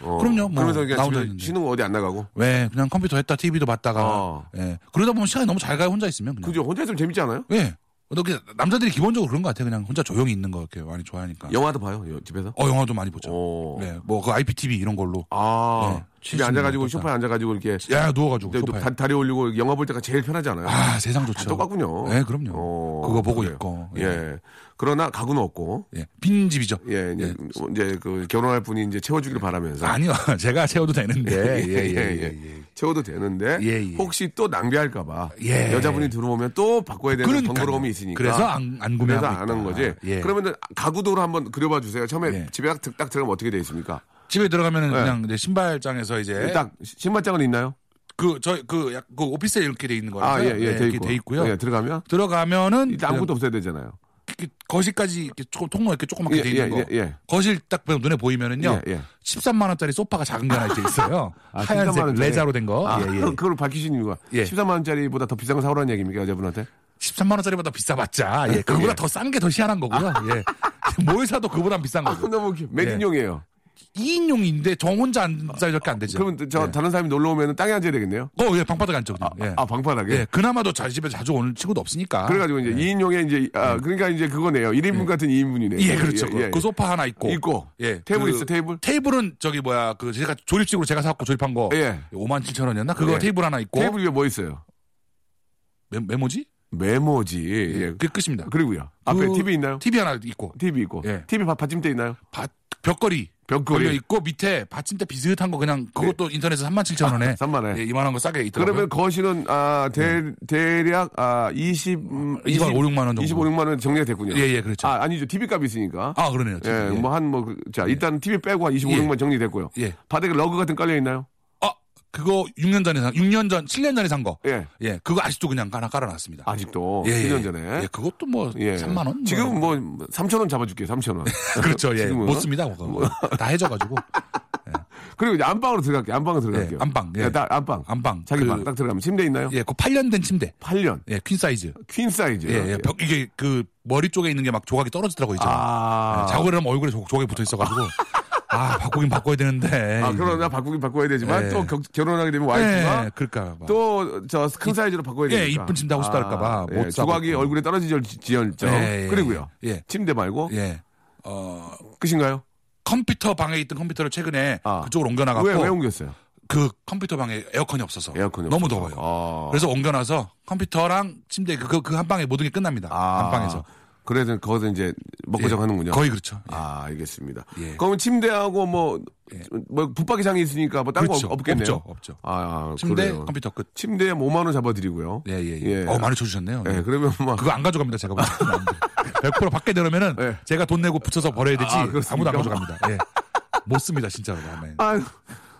[SPEAKER 1] 어.
[SPEAKER 3] 네. 그럼요, 뭐
[SPEAKER 1] 그러면서 그냥
[SPEAKER 3] 나오다
[SPEAKER 1] 집에서
[SPEAKER 3] 있는데.
[SPEAKER 1] 쉬는 거 어디 안 나가고?
[SPEAKER 3] 왜 그냥 컴퓨터 했다 TV도 봤다가
[SPEAKER 1] 어.
[SPEAKER 3] 예. 그러다 보면 시간이 너무 잘 가요 혼자 있으면 그냥.
[SPEAKER 1] 그죠? 혼자 있으면 재밌지 않아요?
[SPEAKER 3] 예. 어떻게 남자들이 기본적으로 그런 것 같아요. 그냥 혼자 조용히 있는 거 이렇게 많이 좋아하니까.
[SPEAKER 1] 영화도 봐요 여- 집에서?
[SPEAKER 3] 어 영화도 많이 보죠.
[SPEAKER 1] 오.
[SPEAKER 3] 네, 뭐그 IPTV 이런 걸로.
[SPEAKER 1] 아
[SPEAKER 3] 네,
[SPEAKER 1] 집에
[SPEAKER 3] 취미는
[SPEAKER 1] 앉아가지고
[SPEAKER 3] 어떨까?
[SPEAKER 1] 소파에 앉아가지고 이렇게
[SPEAKER 3] 야 누워가지고
[SPEAKER 1] 근데 또
[SPEAKER 3] 소파에.
[SPEAKER 1] 다, 다리 올리고 영화 볼 때가 제일 편하지 않아요?
[SPEAKER 3] 아 세상 좋죠.
[SPEAKER 1] 똑같군요.
[SPEAKER 3] 네, 그럼요.
[SPEAKER 1] 어,
[SPEAKER 3] 그거 보고
[SPEAKER 1] 그래요.
[SPEAKER 3] 있고.
[SPEAKER 1] 예. 그러나 가구는 없고.
[SPEAKER 3] 예. 빈 집이죠.
[SPEAKER 1] 예, 이제, 이제 그 결혼할 분이 이제 채워주길 바라면서. 예,
[SPEAKER 3] 아니요, (laughs) 예, 제가 세워도 되는데.
[SPEAKER 1] 채워도 되는데
[SPEAKER 3] 예, 예.
[SPEAKER 1] 혹시 또 낭비할까봐
[SPEAKER 3] 예.
[SPEAKER 1] 여자분이 들어오면 또 바꿔야 되는
[SPEAKER 3] 그러니까요.
[SPEAKER 1] 번거로움이 있으니까
[SPEAKER 3] 그래서 안- 안 구매하고
[SPEAKER 1] 그래서 안
[SPEAKER 3] 있다.
[SPEAKER 1] 한 거지.
[SPEAKER 3] 예.
[SPEAKER 1] 그러면 가구도로 한번 그려봐 주세요. 처음에
[SPEAKER 3] 예.
[SPEAKER 1] 집에 딱, 딱 들어가면 어떻게 되어 있습니까?
[SPEAKER 3] 집에 들어가면 은 그냥 이제 신발장에서 이제
[SPEAKER 1] 예. 딱 신발장은 있나요?
[SPEAKER 3] 딱그저그약그 오피스에 이렇게 돼 있는 거라서 네,
[SPEAKER 1] 아, 예, 예, 돼
[SPEAKER 3] 이렇게
[SPEAKER 1] 있고.
[SPEAKER 3] 돼 있고요.
[SPEAKER 1] 예, 들어가면
[SPEAKER 3] 들어가면은
[SPEAKER 1] 일단 아무것도 없어야 되잖아요.
[SPEAKER 3] 이렇게 거실까지 이렇게 조금 통로 이렇게 조그맣게
[SPEAKER 1] 예,
[SPEAKER 3] 돼 있는
[SPEAKER 1] 예,
[SPEAKER 3] 거.
[SPEAKER 1] 예, 예.
[SPEAKER 3] 거실 딱 보면 눈에 보이면은요.
[SPEAKER 1] 예, 예.
[SPEAKER 3] 13만 원짜리 소파가 작은 게 하나 돼 있어요.
[SPEAKER 1] (laughs) 아, 13만
[SPEAKER 3] 하얀색
[SPEAKER 1] 원짜리.
[SPEAKER 3] 레자로 된 거.
[SPEAKER 1] 아,
[SPEAKER 3] 예, 예.
[SPEAKER 1] 그걸 밝히신 이유가
[SPEAKER 3] 예.
[SPEAKER 1] 13만 원짜리보다 더 비싼 거 사오라는 얘기입니까 여자분한테?
[SPEAKER 3] 13만 원짜리보다 비싸봤자 예, 그거보다
[SPEAKER 1] 예.
[SPEAKER 3] 더 싼 게 더 희한한 거고요. 예. (laughs) 뭘 사도 그보단 비싼
[SPEAKER 1] 아,
[SPEAKER 3] 거고.
[SPEAKER 1] 너무 웃겨. 매진용이에요.
[SPEAKER 3] 2인용인데 저 혼자 앉아 이렇게 안 되죠.
[SPEAKER 1] 그러면 저
[SPEAKER 3] 예.
[SPEAKER 1] 다른 사람이 놀러 오면 땅에 앉아야 되겠네요.
[SPEAKER 3] 어, 예, 방바닥 앉죠. 그냥. 예.
[SPEAKER 1] 아, 방바닥에.
[SPEAKER 3] 예, 아, 그나마도 자기 집에 자주 오는 친구도 없으니까. 예.
[SPEAKER 1] 그래가지고 이제 이인용의 이제 아 그러니까 이제 그거네요. 1인분 같은 2인분이네요.
[SPEAKER 3] 음. 예, 그렇죠. 그- 그 소파 하나 있고.
[SPEAKER 1] 있고.
[SPEAKER 3] 예.
[SPEAKER 1] 테이블
[SPEAKER 3] 그
[SPEAKER 1] 있어, 테이블?
[SPEAKER 3] 테이블은 저기 뭐야, 그 제가 조립식으로 제가 사갖고 조립한 거.
[SPEAKER 1] 예.
[SPEAKER 3] 5만 7천 원이었나? 그거
[SPEAKER 1] 예.
[SPEAKER 3] 테이블 하나 있고.
[SPEAKER 1] 테이블 위에 뭐 있어요?
[SPEAKER 3] 메, 메모지?
[SPEAKER 1] 메모지. 예.
[SPEAKER 3] 그게 끝입니다.
[SPEAKER 1] 그리고요. 앞에
[SPEAKER 3] 그
[SPEAKER 1] TV 있나요?
[SPEAKER 3] TV 하나 있고.
[SPEAKER 1] TV 있고.
[SPEAKER 3] 예.
[SPEAKER 1] TV 받- 받침대 있나요?
[SPEAKER 3] 바- 벽걸이.
[SPEAKER 1] 벽걸이. 예.
[SPEAKER 3] 걸려 있고 밑에 받침대 비슷한 거 그냥 그것도 인터넷에 서 3만 7천 원에.
[SPEAKER 1] 아, 삼만 원에.
[SPEAKER 3] 예, 이만한 거 싸게 있더라고요.
[SPEAKER 1] 그러면 거실은 아 대, 대략 아 20, 음,
[SPEAKER 3] 25, 6만 원 정도.
[SPEAKER 1] 25, 6만 원 정리가 됐군요.
[SPEAKER 3] 예, 예, 그렇죠.
[SPEAKER 1] 아 아니죠. TV 값이 있으니까.
[SPEAKER 3] 아, 그러네요.
[SPEAKER 1] 예,
[SPEAKER 3] 진짜. 예.
[SPEAKER 1] 뭐 한 뭐 자 일단 TV 빼고 한 25,
[SPEAKER 3] 예.
[SPEAKER 1] 6만 정리됐고요.
[SPEAKER 3] 예.
[SPEAKER 1] 바닥에 러그 같은 거 깔려 있나요?
[SPEAKER 3] 아, 그거 6년 전에 산, 6년 전, 7년 전에 산 거.
[SPEAKER 1] 예.
[SPEAKER 3] 예, 그거 아직도 그냥 하나 깔아놨습니다.
[SPEAKER 1] 아직도
[SPEAKER 3] 예,
[SPEAKER 1] 1년
[SPEAKER 3] 예.
[SPEAKER 1] 전에.
[SPEAKER 3] 예, 그것도 뭐
[SPEAKER 1] 예.
[SPEAKER 3] 3만 원.
[SPEAKER 1] 지금 뭐 3천 원 잡아줄게요. 3천 원. (laughs)
[SPEAKER 3] (laughs) 그렇죠. 예.
[SPEAKER 1] 지금은. 뭐.
[SPEAKER 3] 못 씁니다. 그거.
[SPEAKER 1] (laughs)
[SPEAKER 3] 다 해져가지고.
[SPEAKER 1] 그리고 이제 안방으로 들어갈게요. 안방으로 들어갈게요.
[SPEAKER 3] 안방, 예.
[SPEAKER 1] 네, 딱 안방.
[SPEAKER 3] 안방.
[SPEAKER 1] 자기
[SPEAKER 3] 그-
[SPEAKER 1] 방 딱 들어가면 침대 있나요?
[SPEAKER 3] 예, 그 8년 된 침대.
[SPEAKER 1] 8년.
[SPEAKER 3] 예, 퀸 사이즈.
[SPEAKER 1] 퀸 사이즈.
[SPEAKER 3] 예, 예. 벽, 이게 그 머리 쪽에 있는 게 막 조각이 떨어지더라고요. 이제.
[SPEAKER 1] 아.
[SPEAKER 3] 예, 작업을 하면 얼굴에 조, 각이
[SPEAKER 1] (laughs)
[SPEAKER 3] 붙어 있어가지고. 아, 바꾸긴 바꿔야 되는데.
[SPEAKER 1] 아, 그러나 바꾸긴 바꿔야 되지만
[SPEAKER 3] 예.
[SPEAKER 1] 또 겨- 결혼하게 되면 와이프가
[SPEAKER 3] 예, 그럴까. 봐.
[SPEAKER 1] 또 저 큰 사이즈로 바꿔야
[SPEAKER 3] 예,
[SPEAKER 1] 되니까.
[SPEAKER 3] 이쁜 침대 하고 싶다 할까봐 못
[SPEAKER 1] 예,
[SPEAKER 3] 사고
[SPEAKER 1] 조각이
[SPEAKER 3] 있고.
[SPEAKER 1] 얼굴에 떨어지절 지연정.
[SPEAKER 3] 예, 예,
[SPEAKER 1] 그리고요.
[SPEAKER 3] 예.
[SPEAKER 1] 침대 말고
[SPEAKER 3] 예. 어,
[SPEAKER 1] 끝인가요?
[SPEAKER 3] 컴퓨터 방에 있던 컴퓨터를 최근에
[SPEAKER 1] 아.
[SPEAKER 3] 그쪽으로 옮겨나갔고.
[SPEAKER 1] 왜, 왜 옮겼어요?
[SPEAKER 3] 그 컴퓨터 방에 에어컨이 없어서
[SPEAKER 1] 에어컨이
[SPEAKER 3] 너무
[SPEAKER 1] 없어서.
[SPEAKER 3] 더워요.
[SPEAKER 1] 아.
[SPEAKER 3] 그래서 옮겨놔서 컴퓨터랑 침대 그그 그 한 방에 모든 게 끝납니다.
[SPEAKER 1] 아.
[SPEAKER 3] 안방에서
[SPEAKER 1] 그래서 거기서 이제 먹고
[SPEAKER 3] 예,
[SPEAKER 1] 자고 하는군요.
[SPEAKER 3] 거의 그렇죠. 예.
[SPEAKER 1] 아, 알겠습니다.
[SPEAKER 3] 예.
[SPEAKER 1] 그러면 침대하고 뭐, 뭐, 붙박이장이 있으니까 뭐, 딴
[SPEAKER 3] 그렇죠.
[SPEAKER 1] 거 없- 없겠네요.
[SPEAKER 3] 없죠, 없죠.
[SPEAKER 1] 아,
[SPEAKER 3] 침대
[SPEAKER 1] 그래요.
[SPEAKER 3] 컴퓨터 끝.
[SPEAKER 1] 침대에 5만원 잡아드리고요.
[SPEAKER 3] 예, 예, 예. 어, 많이 쳐주셨네요.
[SPEAKER 1] 예,
[SPEAKER 3] 예.
[SPEAKER 1] 그러면 뭐.
[SPEAKER 3] 그거 안 가져갑니다. 제가 볼 때는 안 돼. 100% 밖에 내놓으면은
[SPEAKER 1] 예.
[SPEAKER 3] 제가 돈 내고 붙여서 버려야 되지
[SPEAKER 1] 아,
[SPEAKER 3] 아,
[SPEAKER 1] 그렇습니까?
[SPEAKER 3] 무도안 가져갑니다. 예. 못 씁니다 진짜로. 네. 아멘.
[SPEAKER 1] 아유,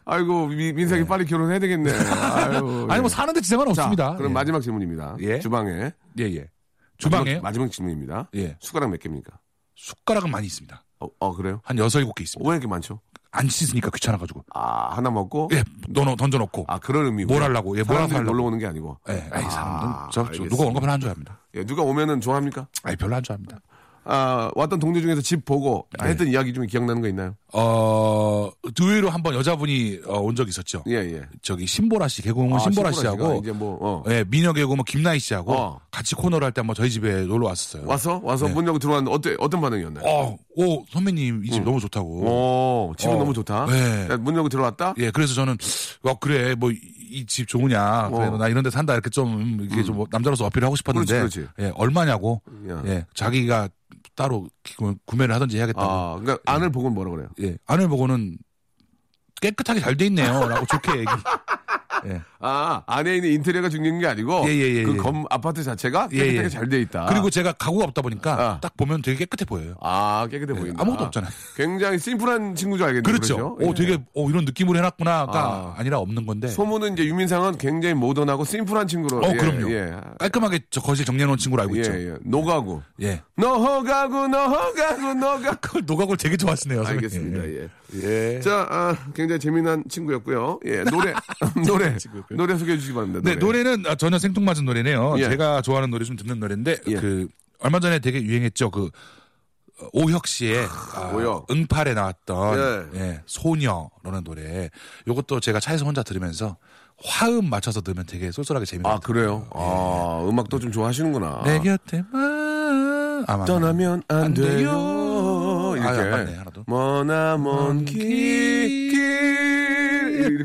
[SPEAKER 1] 아이고, 미- 민상이 빨리 결혼해야 되겠네. 아유,
[SPEAKER 3] 예. 아니 뭐
[SPEAKER 1] 예.
[SPEAKER 3] 사는데 지장은
[SPEAKER 1] 자,
[SPEAKER 3] 없습니다.
[SPEAKER 1] 그럼
[SPEAKER 3] 예.
[SPEAKER 1] 마지막 질문입니다.
[SPEAKER 3] 예.
[SPEAKER 1] 주방에.
[SPEAKER 3] 예, 예. 주방에
[SPEAKER 1] 마지막, 마지막 질문입니다.
[SPEAKER 3] 예.
[SPEAKER 1] 숟가락 몇 개입니까?
[SPEAKER 3] 숟가락은 많이 있습니다.
[SPEAKER 1] 어, 어, 그래요?
[SPEAKER 3] 한 여섯 일곱 개 있습니다.
[SPEAKER 1] 왜 이렇게 많죠?
[SPEAKER 3] 안 씻으니까 귀찮아가지고
[SPEAKER 1] 아, 하나 먹고.
[SPEAKER 3] 예, 넣어 던져놓고
[SPEAKER 1] 아, 그런 의미고.
[SPEAKER 3] 뭘 하려고, 예, 뭘
[SPEAKER 1] 사람들이
[SPEAKER 3] 하려고.
[SPEAKER 1] 놀러 오는 게 아니고.
[SPEAKER 3] 예, 아이 사람들
[SPEAKER 1] 아,
[SPEAKER 3] 저, 저 누가
[SPEAKER 1] 알겠습니다.
[SPEAKER 3] 온거 별로 안 좋아합니다.
[SPEAKER 1] 예, 누가 오면은 좋아합니까?
[SPEAKER 3] 아이 별로 안 좋아합니다.
[SPEAKER 1] 아, 왔던 동료 중에서 집 보고
[SPEAKER 3] 네.
[SPEAKER 1] 했던 이야기 중에 기억나는 거 있나요?
[SPEAKER 3] 어, 의외로 한번 여자분이 어, 온 적이 있었죠.
[SPEAKER 1] 예, 예.
[SPEAKER 3] 저기 신보라 씨 개그우먼
[SPEAKER 1] 아, 신보라
[SPEAKER 3] 신보라,
[SPEAKER 1] 씨가
[SPEAKER 3] 씨하고
[SPEAKER 1] 이제 뭐, 어.
[SPEAKER 3] 예, 미녀 개그우먼 김나희 씨하고
[SPEAKER 1] 어.
[SPEAKER 3] 같이 코너를 할 때 한번 저희 집에 놀러 왔었어요.
[SPEAKER 1] 와서 와서 문 열고 들어왔는데 어때 어떤 반응이었나요?
[SPEAKER 3] 네. 어, 오 선배님 이 집 너무 좋다고.
[SPEAKER 1] 오, 집은
[SPEAKER 3] 어.
[SPEAKER 1] 너무 좋다.
[SPEAKER 3] 네.
[SPEAKER 1] 야, 문 열고 들어왔다.
[SPEAKER 3] 예, 그래서 저는 와 그래 뭐 이 집 좋으냐, 그래
[SPEAKER 1] 어.
[SPEAKER 3] 나 이런데 산다 이렇게 좀 음, 이게 좀 남자로서 어필을 하고 싶었는데,
[SPEAKER 1] 그렇지, 그렇지.
[SPEAKER 3] 예, 얼마냐고,
[SPEAKER 1] 야.
[SPEAKER 3] 예, 자기가 따로 구- 구매를 하든지 해야겠다고.
[SPEAKER 1] 아, 그러니까 안을 보고 뭐라 그래요?
[SPEAKER 3] 예, 안을 보고는 깨끗하게 잘 돼 있네요라고 좋게 얘기. 예.
[SPEAKER 1] 아, 안에 있는 인테리어가 중요한 게 아니고
[SPEAKER 3] 예, 예, 예,
[SPEAKER 1] 그
[SPEAKER 3] 예.
[SPEAKER 1] 건 아파트 자체가
[SPEAKER 3] 예,
[SPEAKER 1] 깨끗하게
[SPEAKER 3] 예.
[SPEAKER 1] 잘 돼 있다.
[SPEAKER 3] 그리고 제가 가구가 없다 보니까
[SPEAKER 1] 아.
[SPEAKER 3] 딱 보면 되게 깨끗해 보여요.
[SPEAKER 1] 아, 깨끗해
[SPEAKER 3] 예,
[SPEAKER 1] 보인다.
[SPEAKER 3] 아무것도 없잖아요.
[SPEAKER 1] 굉장히 심플한 친구줄 알겠네요.
[SPEAKER 3] 그렇죠.
[SPEAKER 1] 예.
[SPEAKER 3] 오, 되게 오, 이런 느낌으로 해놨구나가 아. 니라 없는 건데.
[SPEAKER 1] 소문은 이제 유민상은 굉장히 모던하고 심플한 친구로.
[SPEAKER 3] 어,
[SPEAKER 1] 예,
[SPEAKER 3] 그럼요.
[SPEAKER 1] 예.
[SPEAKER 3] 깔끔하게 저 거실 정리해놓은 친구로 알고
[SPEAKER 1] 예,
[SPEAKER 3] 있죠.
[SPEAKER 1] 예. 노가구.
[SPEAKER 3] 예.
[SPEAKER 1] 노가구, 노가구, 노가구.
[SPEAKER 3] 그걸 노각을 되게 좋아하시네요. 선생님.
[SPEAKER 1] (laughs) 알겠습니다.
[SPEAKER 3] 예.
[SPEAKER 1] 예. 자, 아, 굉장히 재미난 친구였고요. 예, (laughs) 노래, 노래, 노래 소개해 주시기 바랍니다.
[SPEAKER 3] 네, 노래는 아, 전혀 생뚱맞은 노래네요.
[SPEAKER 1] 예.
[SPEAKER 3] 제가 좋아하는 노래 좀 듣는 노래인데
[SPEAKER 1] 예.
[SPEAKER 3] 그 얼마 전에 되게 유행했죠. 그 어, 오혁 씨의 아,
[SPEAKER 1] 오혁.
[SPEAKER 3] 응팔에 나왔던 예, 소녀라는 노래. 요것도 제가 차에서 혼자 들으면서 화음 맞춰서 들으면 되게 쏠쏠하게 재미나요.
[SPEAKER 1] 아, 그래요? 아, 음악도 좀 좋아하시는구나.
[SPEAKER 3] 내 곁에만 아마
[SPEAKER 1] 떠나면 안,
[SPEAKER 3] 안
[SPEAKER 1] 돼요.
[SPEAKER 3] 돼요.
[SPEAKER 1] 이렇게.
[SPEAKER 3] 아유, 맞네, 하나 더.
[SPEAKER 1] 머나먼
[SPEAKER 3] 먼
[SPEAKER 1] 길,
[SPEAKER 3] 길.
[SPEAKER 1] 길.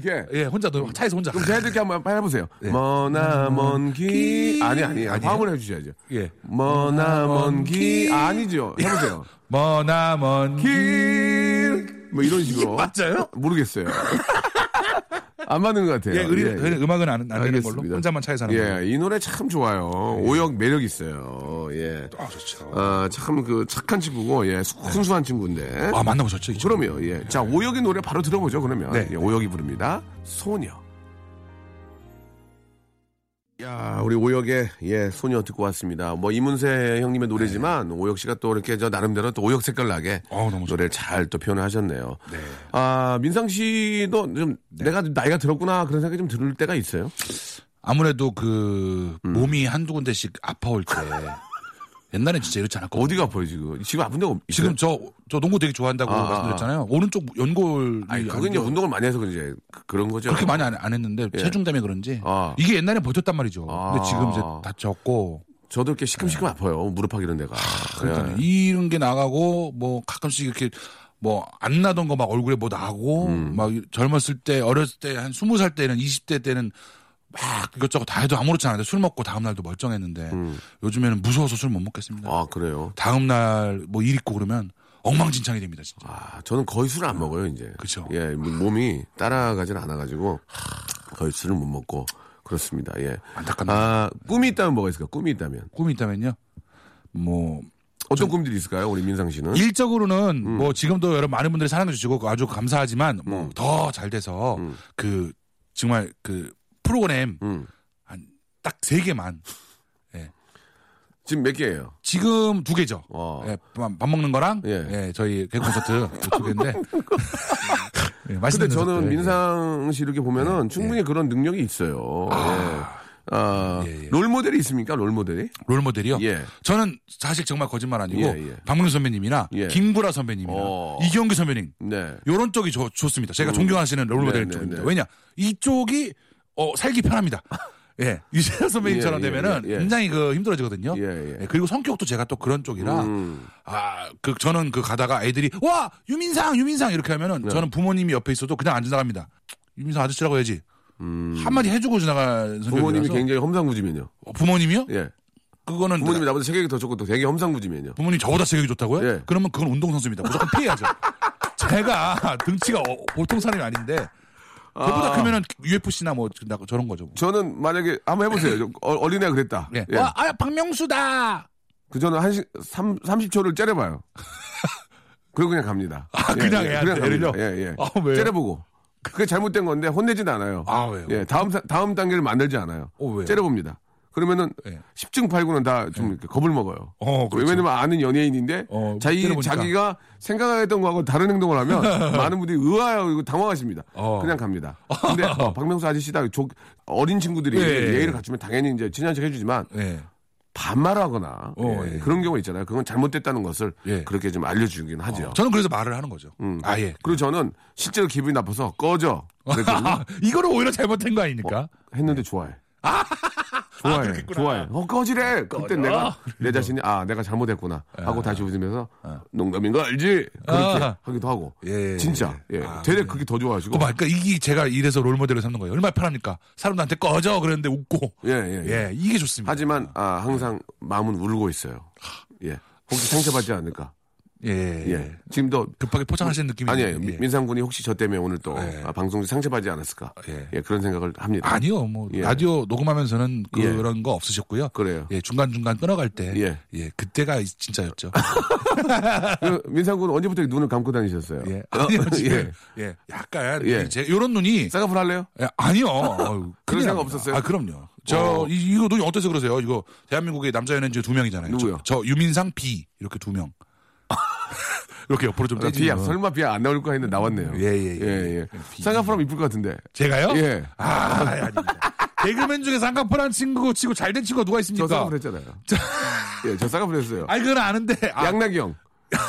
[SPEAKER 1] 이렇게.
[SPEAKER 3] 예, 혼자 노 차에서 혼자.
[SPEAKER 1] 그럼 제가 이렇게 한번 해보세요. 네. 머나먼 길. 아니, 아니, 아니.
[SPEAKER 3] 아니에요?
[SPEAKER 1] 화음을 해주셔야죠.
[SPEAKER 3] (laughs) 예.
[SPEAKER 1] 머나먼 길. 아, 아니죠. 해보세요.
[SPEAKER 3] 머나먼
[SPEAKER 1] 길. 뭐 이런 식으로.
[SPEAKER 3] (laughs) 맞아요? (laughs)
[SPEAKER 1] 모르겠어요. 안 맞는 것 같아요.
[SPEAKER 3] 예, 의리, 의리- 음악은 안, 안 되는 걸로
[SPEAKER 1] 알겠습니다.
[SPEAKER 3] 혼자만 차에서 하는 걸로.
[SPEAKER 1] 예, 이 노래 참 좋아요.
[SPEAKER 3] 예.
[SPEAKER 1] 오역 매력 있어요. 예.
[SPEAKER 3] 아, 좋죠.
[SPEAKER 1] 아, 참 그 착한 친구고, 예,
[SPEAKER 3] 네.
[SPEAKER 1] 수- 순수한 친구인데.
[SPEAKER 3] 아, 만나보셨죠? 이 친구?
[SPEAKER 1] 그럼요, 예. 자, 오역의 노래 바로 들어보죠, 그러면.
[SPEAKER 3] 네.
[SPEAKER 1] 예, 오역이 부릅니다. 소녀. 야, 우리 오역의, 예, 소녀 듣고 왔습니다. 뭐, 이문세 형님의 노래지만, 오역 씨가 또 이렇게 저 나름대로 또 오역 색깔 나게
[SPEAKER 3] 네. 어우, 너무 좋다.
[SPEAKER 1] 노래를 잘 또 표현하셨네요. 아, 민상 씨도 좀
[SPEAKER 3] 네.
[SPEAKER 1] 내가 나이가 들었구나 그런 생각이 좀 들을 때가 있어요.
[SPEAKER 3] 아무래도 그
[SPEAKER 1] 음.
[SPEAKER 3] 몸이 한두 군데씩
[SPEAKER 1] (laughs)
[SPEAKER 3] 아파올 때 옛날엔 진짜 이렇지 않았거든요.
[SPEAKER 1] 어디가 아파요, 지금? 지금 아픈 데가 없어요?
[SPEAKER 3] 지금 저, 저 농구 되게 좋아한다고
[SPEAKER 1] 아, 아,
[SPEAKER 3] 말씀드렸잖아요. 오른쪽 연골이
[SPEAKER 1] 아니,
[SPEAKER 3] 안
[SPEAKER 1] 그건 이제
[SPEAKER 3] 좋아-
[SPEAKER 1] 운동을 많이 해서 이제 그- 그런 거죠.
[SPEAKER 3] 그렇게 많이 안, 안 했는데 체중 때문에 그런지
[SPEAKER 1] 아.
[SPEAKER 3] 이게 옛날에 버텼단 말이죠.
[SPEAKER 1] 아.
[SPEAKER 3] 근데 지금 이제 다쳤고
[SPEAKER 1] 저도 이렇게 시큼시큼 아파요. 무릎팍 이런 데가.
[SPEAKER 3] 네. 그러니까
[SPEAKER 1] 예.
[SPEAKER 3] 이런 게 나가고 뭐 가끔씩 이렇게 뭐 안 나던 거 막 얼굴에 뭐 나고 막 젊었을 때 어렸을 때 한 스무 살 때는 이십 대 때는 막 이것저것 다 해도 아무렇지 않은데 술 먹고 다음 날도 멀쩡했는데 요즘에는 무서워서 술 못 먹겠습니다.
[SPEAKER 1] 아, 그래요?
[SPEAKER 3] 다음 날 뭐 일 있고 그러면 엉망진창이 됩니다 진짜.
[SPEAKER 1] 아, 저는 거의 술을 안 먹어요, 이제.
[SPEAKER 3] 그쵸.
[SPEAKER 1] 예, 뭐, 몸이 따라가진 않아가지고, 거의 술을 못 먹고, 그렇습니다, 예.
[SPEAKER 3] 안타깝네요.
[SPEAKER 1] 아, 꿈이 있다면 뭐가 있을까? 꿈이 있다면.
[SPEAKER 3] 꿈이 있다면요. 뭐
[SPEAKER 1] 어떤 꿈들이 있을까요, 우리 민상 씨는?
[SPEAKER 3] 일적으로는 뭐 지금도 여러 많은 분들이 사랑해 주시고 그 아주 감사하지만 뭐 더 잘 돼서 그 정말 그 프로그램
[SPEAKER 1] 음.
[SPEAKER 3] 한 딱 세 개만
[SPEAKER 1] 지금 몇 개예요?
[SPEAKER 3] 지금 두 개죠.
[SPEAKER 1] 어.
[SPEAKER 3] 예, 밥, 밥 먹는 거랑
[SPEAKER 1] 예.
[SPEAKER 3] 예. 저희
[SPEAKER 1] (laughs)
[SPEAKER 3] 개그 콘서트 두 개인데. (laughs) 예,
[SPEAKER 1] 근데
[SPEAKER 3] 맛있는
[SPEAKER 1] 저는
[SPEAKER 3] 콘서트.
[SPEAKER 1] 민상
[SPEAKER 3] 예.
[SPEAKER 1] 씨 이렇게 보면은 충분히 그런 능력이 있어요. 아, 예. 아,
[SPEAKER 3] 예, 예.
[SPEAKER 1] 롤 모델이 있습니까? 롤 모델이?
[SPEAKER 3] 롤 모델이요.
[SPEAKER 1] 예.
[SPEAKER 3] 저는 사실 정말 거짓말 아니고
[SPEAKER 1] 예, 예.
[SPEAKER 3] 박문수 선배님이나
[SPEAKER 1] 예.
[SPEAKER 3] 김구라 선배님이나
[SPEAKER 1] 어.
[SPEAKER 3] 이경규 선배님
[SPEAKER 1] 네.
[SPEAKER 3] 요런 쪽이 좋, 좋습니다. 제가 존경하시는 롤 모델
[SPEAKER 1] 네, 네,
[SPEAKER 3] 쪽입니다.
[SPEAKER 1] 네.
[SPEAKER 3] 왜냐 이쪽이 어, 살기 편합니다.
[SPEAKER 1] (laughs)
[SPEAKER 3] 예, 유재하 선배님처럼
[SPEAKER 1] 예, 예,
[SPEAKER 3] 되면은
[SPEAKER 1] 예, 예.
[SPEAKER 3] 굉장히 그 힘들어지거든요.
[SPEAKER 1] 예, 음. 예.
[SPEAKER 3] 그리고 성격도 제가 또 그런 쪽이라 아, 그 저는 그 가다가 애들이 와 유민상 유민상 이렇게
[SPEAKER 1] 네.
[SPEAKER 3] 하면은 저는 부모님이 옆에 있어도 그냥 안 지나갑니다. 유민상 아저씨라고 해야지. 한마디 해주고 지나갈
[SPEAKER 1] 음. 부모님이
[SPEAKER 3] 성격이라서
[SPEAKER 1] 굉장히 험상궂으면요.
[SPEAKER 3] 어, 부모님이요?
[SPEAKER 1] 예.
[SPEAKER 3] 그거는
[SPEAKER 1] 부모님이 나보다 체격이 더 적고 또 되게 험상궂으면요.
[SPEAKER 3] 부모님 저보다 체격이 좋다고요?
[SPEAKER 1] 예.
[SPEAKER 3] 그러면 그건 운동선수입니다. 무조건
[SPEAKER 1] (laughs)
[SPEAKER 3] 피해야죠. 제가 등치가 어- 보통 사람이 아닌데
[SPEAKER 1] 아.
[SPEAKER 3] 그보다 크면은 UFC나 뭐 나- 저런 거죠. 뭐.
[SPEAKER 1] 저는 만약에 한번 해보세요.
[SPEAKER 3] (laughs)
[SPEAKER 1] 저 어- 어린애가 그랬다.
[SPEAKER 3] 예.
[SPEAKER 1] 예.
[SPEAKER 3] 와, 아, 박명수다.
[SPEAKER 1] 그 저는 한 시, 삼, 30초를 째려봐요.
[SPEAKER 3] (laughs)
[SPEAKER 1] 그리고 그냥 갑니다.
[SPEAKER 3] 아, 그냥 해야
[SPEAKER 1] 그냥
[SPEAKER 3] 돼요?
[SPEAKER 1] 갑니다. 예, 예.
[SPEAKER 3] 아, 왜요?
[SPEAKER 1] 째려보고. 그게 잘못된 건데 혼내진 않아요.
[SPEAKER 3] 아, 왜요?
[SPEAKER 1] 예, 다음, 사- 다음 단계를 만들지 않아요.
[SPEAKER 3] 어, 왜요?
[SPEAKER 1] 째려봅니다. 그러면은
[SPEAKER 3] 예.
[SPEAKER 1] 십 10중 8구는 다 좀 이렇게 겁을 먹어요.
[SPEAKER 3] 어, 그렇죠.
[SPEAKER 1] 왜냐면 아는 연예인인데
[SPEAKER 3] 어,
[SPEAKER 1] 자기,
[SPEAKER 3] 째려보니까.
[SPEAKER 1] 자기가 생각했던 거하고 다른 행동을
[SPEAKER 3] (laughs)
[SPEAKER 1] 하면 많은 분들이 의아해하고 당황하십니다.
[SPEAKER 3] 어.
[SPEAKER 1] 그냥 갑니다.
[SPEAKER 3] (laughs)
[SPEAKER 1] 근데 어, 박명수 아저씨다 조- 어린 친구들이
[SPEAKER 3] 예,
[SPEAKER 1] 예의를
[SPEAKER 3] 예.
[SPEAKER 1] 갖추면 당연히 이제 친한 척 해주지만
[SPEAKER 3] 예.
[SPEAKER 1] 반말하거나
[SPEAKER 3] 어,
[SPEAKER 1] 예,
[SPEAKER 3] 예.
[SPEAKER 1] 그런 경우 있잖아요. 그건 잘못됐다는 것을
[SPEAKER 3] 예.
[SPEAKER 1] 그렇게 좀 알려주긴 하죠. 음.
[SPEAKER 3] 저는 그래서 말을 하는 거죠. 아예.
[SPEAKER 1] 그리고 저는 실제로 기분이 나빠서 꺼져 네, 그랬거든요.
[SPEAKER 3] (laughs) 이거는 오히려 잘못된 거 아닙니까?
[SPEAKER 1] 했는데 좋아해. 좋아해, 좋아해. 어, 꺼지래. 그때 내가 내 자신이 아 내가 잘못했구나 하고 다시 웃으면서 농담인 거 알지? 그렇게
[SPEAKER 3] 아.
[SPEAKER 1] 하기도 하고.
[SPEAKER 3] 예, 예,
[SPEAKER 1] 진짜. 예. 되레 그게 더 좋아하시고.
[SPEAKER 3] 그거 봐. 그러니까 이게 제가 이래서 롤모델을 삼는 거예요. 얼마나 편합니까? 사람들한테 꺼져 그랬는데 웃고.
[SPEAKER 1] 예, 예, 예.
[SPEAKER 3] 예, 이게 좋습니다.
[SPEAKER 1] 하지만 아, 항상 마음은 울고 있어요. 예. 혹시 상처받지 않을까?
[SPEAKER 3] 예, 예.
[SPEAKER 1] 예. 지금도
[SPEAKER 3] 급하게 포장하시는 느낌이
[SPEAKER 1] 아니에요.
[SPEAKER 3] 있는데,
[SPEAKER 1] 미-
[SPEAKER 3] 예.
[SPEAKER 1] 민상 군이 혹시 저 때문에 오늘 또
[SPEAKER 3] 예.
[SPEAKER 1] 아, 방송에 상처받지 않았을까? 예.
[SPEAKER 3] 예.
[SPEAKER 1] 그런 생각을 합니다.
[SPEAKER 3] 아니요, 뭐
[SPEAKER 1] 예.
[SPEAKER 3] 라디오 녹음하면서는 그런 거 없으셨고요.
[SPEAKER 1] 그래요.
[SPEAKER 3] 예, 중간 중간 끊어갈 때,
[SPEAKER 1] 예.
[SPEAKER 3] 예, 그때가
[SPEAKER 1] (laughs)
[SPEAKER 3] 진짜였죠.
[SPEAKER 1] 그 민상 군 언제부터 이렇게 눈을 감고 다니셨어요?
[SPEAKER 3] 예,
[SPEAKER 1] 어,
[SPEAKER 3] 아니요, 지금
[SPEAKER 1] 예.
[SPEAKER 3] 예, 약간
[SPEAKER 1] 예.
[SPEAKER 3] 제 이런 눈이
[SPEAKER 1] 쌍꺼풀 할래요?
[SPEAKER 3] 예, 아니요, 어휴,
[SPEAKER 1] (laughs) 그런
[SPEAKER 3] 큰일
[SPEAKER 1] 생각
[SPEAKER 3] 납니다.
[SPEAKER 1] 없었어요?
[SPEAKER 3] 아, 그럼요. 저
[SPEAKER 1] 어.
[SPEAKER 3] 이, 이거 눈이 어때서 그러세요? 이거 대한민국의 남자 연예인 중에 두 명이잖아요.
[SPEAKER 1] 누구요?
[SPEAKER 3] 저, 저 유민상 B 이렇게
[SPEAKER 1] (laughs)
[SPEAKER 3] 두 명. 이렇게 옆으로 좀
[SPEAKER 1] 아, 비야
[SPEAKER 3] 면
[SPEAKER 1] 설마 비야 안 나올 거 했는데 나왔네요.
[SPEAKER 3] 뭐. 예, 예, 예.
[SPEAKER 1] 쌍꺼풀 하면 이쁠 것 같은데.
[SPEAKER 3] 제가요?
[SPEAKER 1] 예.
[SPEAKER 3] 아, 아니, 아닙니다. 개그맨 중에 쌍꺼풀한 친구 치고 잘된 친구가 누가
[SPEAKER 1] 저
[SPEAKER 3] 있습니까?
[SPEAKER 1] 쌍꺼풀 했잖아요. 예, 저 쌍꺼풀 했어요.
[SPEAKER 3] 그러니까. 아니 그건 아는데 아,
[SPEAKER 1] 양락이 형.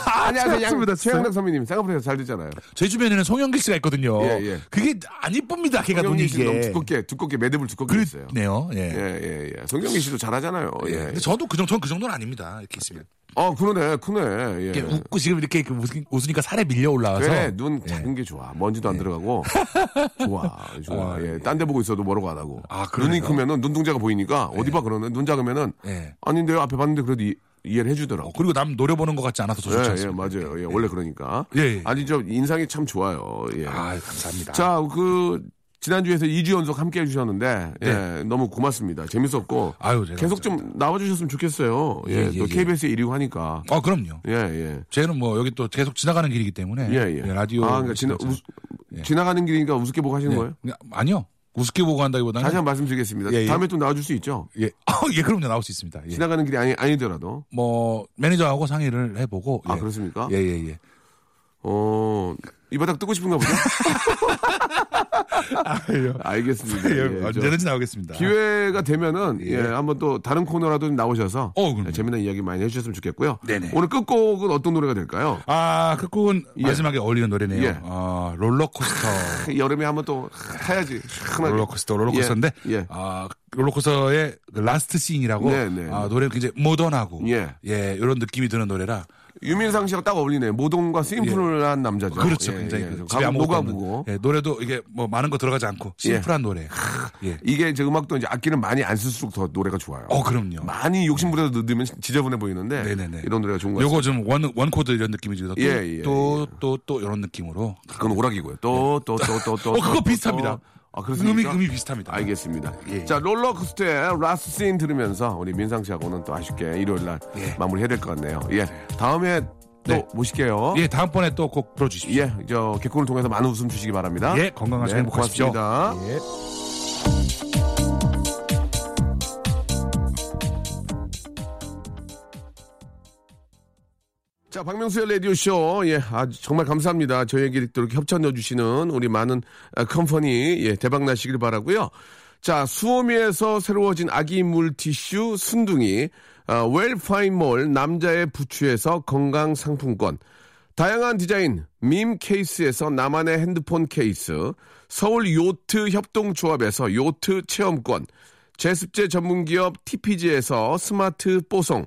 [SPEAKER 3] 아,
[SPEAKER 1] 안녕하세요.
[SPEAKER 3] 죄송합니다. 그러니까
[SPEAKER 1] 양, 최양락 선배님 쌍꺼풀 해서 잘 됐잖아요.
[SPEAKER 3] 제 주변에는 송영길 씨가 있거든요.
[SPEAKER 1] 예, 예.
[SPEAKER 3] 그게 안 이쁩니다. 걔가
[SPEAKER 1] 성경기
[SPEAKER 3] 눈이
[SPEAKER 1] 씨도 너무
[SPEAKER 3] 이게
[SPEAKER 1] 두껍게 두껍게 매듭을 두껍게 했어요.
[SPEAKER 3] 그랬네요. 예.
[SPEAKER 1] 예, 예, 예. 성경기 씨도 잘하잖아요. 예.
[SPEAKER 3] 예. 근데 저도 그 정도 저는 그 정도는 아닙니다. 이렇게 있으면
[SPEAKER 1] 아, 그러네, 크네. 예.
[SPEAKER 3] 이렇게 웃고 지금 이렇게 그 웃으- 웃으니까 살에 밀려 올라와서 예.
[SPEAKER 1] 그래, 눈 작은 게 좋아. 먼지도 안 들어가고.
[SPEAKER 3] (laughs)
[SPEAKER 1] 좋아, 좋아. 예. 딴 데 보고 있어도 뭐라고 안 하고.
[SPEAKER 3] 아, 그래요?
[SPEAKER 1] 눈이 크면은 눈동자가 보이니까 어디 봐 그러는 눈 작으면은
[SPEAKER 3] 예.
[SPEAKER 1] 아닌데요. 앞에 봤는데 그래도 이, 이해를 해주더라고.
[SPEAKER 3] 어, 그리고 남 노려보는 것 같지 않아서 더 좋지
[SPEAKER 1] 예, 예,
[SPEAKER 3] 않습니까?
[SPEAKER 1] 맞아요. 예, 원래 그러니까.
[SPEAKER 3] 예, 예.
[SPEAKER 1] 아니, 저 인상이 참 좋아요. 예.
[SPEAKER 3] 아 감사합니다.
[SPEAKER 1] 자, 그, 지난주에서 2주 연속 함께 해주셨는데, 예, 너무 고맙습니다. 재밌었고.
[SPEAKER 3] 아유, 제가
[SPEAKER 1] 계속 좀 나와주셨으면 좋겠어요. 예,
[SPEAKER 3] 예, 예,
[SPEAKER 1] 또
[SPEAKER 3] 예.
[SPEAKER 1] KBS에 1위고 하니까.
[SPEAKER 3] 아 그럼요.
[SPEAKER 1] 예, 예.
[SPEAKER 3] 쟤는 뭐 여기 또 계속 지나가는 길이기 때문에
[SPEAKER 1] 예, 예.
[SPEAKER 3] 예, 라디오
[SPEAKER 1] 아, 그러니까 지나,
[SPEAKER 3] 진짜- 예.
[SPEAKER 1] 가는 길이니까 우습게 보고 하시는
[SPEAKER 3] 예.
[SPEAKER 1] 거예요?
[SPEAKER 3] 그냥- 아니요. 우습게 보고 한다기보다는
[SPEAKER 1] 다시 한 번 말씀드리겠습니다.
[SPEAKER 3] 예, 예.
[SPEAKER 1] 다음에 또 나와줄 수 있죠?
[SPEAKER 3] 예. (laughs) 아, 예, 그럼요. 나올 수 있습니다. 예.
[SPEAKER 1] 지나가는 길이 아니, 아니더라도.
[SPEAKER 3] 뭐 매니저하고 상의를 해보고
[SPEAKER 1] 아,
[SPEAKER 3] 예.
[SPEAKER 1] 그렇습니까?
[SPEAKER 3] 예, 예,
[SPEAKER 1] (laughs)
[SPEAKER 3] 예.
[SPEAKER 1] 어, 이 바닥 뜨고 싶은가
[SPEAKER 3] (laughs)
[SPEAKER 1] 보죠? 알겠습니다.
[SPEAKER 3] 예,
[SPEAKER 1] 예, 저
[SPEAKER 3] 언제든지 나오겠습니다.
[SPEAKER 1] 예. 기회가 되면은, 예, 한번 또 다른 코너라도 좀 나오셔서
[SPEAKER 3] 어, 그럼요.
[SPEAKER 1] 재미난 이야기 많이 해주셨으면 좋겠고요.
[SPEAKER 3] 네네.
[SPEAKER 1] 오늘 끝곡은 어떤 노래가 될까요?
[SPEAKER 3] 아, 끝곡은 마지막에 어울리는 노래네요.
[SPEAKER 1] 예.
[SPEAKER 3] 아, 롤러코스터.
[SPEAKER 1] 여름에 한번 또 타야지. 시원하게.
[SPEAKER 3] 아, 롤러코스터, 롤러코스터인데,
[SPEAKER 1] 예, 예.
[SPEAKER 3] 아, 롤러코스터의 그 라스트 씬이라고,
[SPEAKER 1] 네, 네.
[SPEAKER 3] 아, 노래는 굉장히 모던하고,
[SPEAKER 1] 예.
[SPEAKER 3] 이런 느낌이 드는 노래라,
[SPEAKER 1] 유민상 씨가 딱 어울리네. 모동과 심플한 남자죠.
[SPEAKER 3] 그렇죠,
[SPEAKER 1] 예,
[SPEAKER 3] 굉장히.
[SPEAKER 1] 예.
[SPEAKER 3] 그 집에
[SPEAKER 1] 가고
[SPEAKER 3] 아무것도
[SPEAKER 1] 노가구고.
[SPEAKER 3] 없는, 예, 노래도 이게 뭐 많은 거 들어가지 않고, 심플한 노래. 예.
[SPEAKER 1] 이게 이제 음악도 이제 악기는 많이 안 쓸수록 더 노래가 좋아요.
[SPEAKER 3] 어, 그럼요.
[SPEAKER 1] 많이 욕심부려서 넣으면 지저분해 보이는데
[SPEAKER 3] 네네네.
[SPEAKER 1] 이런 노래가 좋은 것 같아요.
[SPEAKER 3] 요거 좀 원, 원코드 이런 느낌이 들어서, 또,
[SPEAKER 1] 예, 예,
[SPEAKER 3] 또, 또, 또, 이런 느낌으로.
[SPEAKER 1] 그건 오락이고요. 또 또 또 또 또 또.
[SPEAKER 3] 어, 그거 비슷합니다.
[SPEAKER 1] 아, 그렇습니까?
[SPEAKER 3] 음이- 음이 비슷합니다. 예.
[SPEAKER 1] 알겠습니다. 자, 롤러코스터의 라스트 씬 들으면서 우리 민상 씨하고는 또 아쉽게 일요일 날 마무리해야 될 것 같네요. 예. 다음에 또
[SPEAKER 3] 예. 네.
[SPEAKER 1] 모실게요.
[SPEAKER 3] 예, 다음번에 또 꼭 불러주십시오.
[SPEAKER 1] 예, 저 개콘을 통해서 많은 웃음 주시기 바랍니다. 네,
[SPEAKER 3] 예, 건강하시고 행복하십시오.
[SPEAKER 1] 고맙습니다.
[SPEAKER 3] 예.
[SPEAKER 1] 자, 박명수의 라디오쇼. 예, 아, 정말 감사합니다. 저희에게 또 이렇게 협찬 넣어주시는 우리 많은 아, 컴퍼니, 예, 대박 나시길 바라고요 자, 수오미에서 새로워진 아기 물티슈 순둥이, 아, 웰파인몰 남자의 부추에서 건강 상품권, 다양한 디자인, 밈 케이스에서 나만의 핸드폰 케이스, 서울 요트 협동조합에서 요트 체험권, 제습제 전문기업 TPG에서 스마트 뽀송,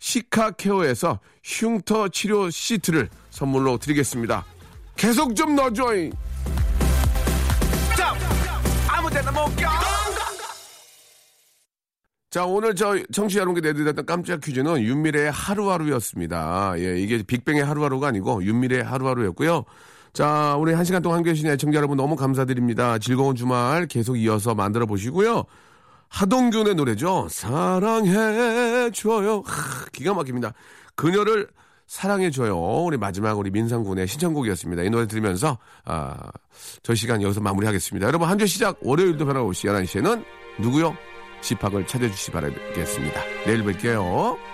[SPEAKER 1] 시카케어에서 흉터 치료 시트를 선물로 드리겠습니다. 계속 좀 넣어줘잉! 자, 오늘 저 청취자 여러분께 내드렸던 깜짝 퀴즈는 윤미래의 하루하루였습니다. 예, 이게 빅뱅의 하루하루가 아니고 윤미래의 하루하루였고요. 자, 우리 한 시간 동안 함께 해주신 애청자 여러분 너무 감사드립니다. 즐거운 주말 계속 이어서 만들어 보시고요. 하동균의 노래죠. 사랑해줘요. 하, 기가 막힙니다. 그녀를 사랑해줘요. 우리 마지막 우리 민상군의 신청곡이었습니다. 이 노래 들으면서, 아, 저희 시간 여기서 마무리하겠습니다. 여러분, 한 주 시작, 월요일도 변함없이 11시에는 누구요? 집합을 찾아주시기 바라겠습니다. 내일 뵐게요.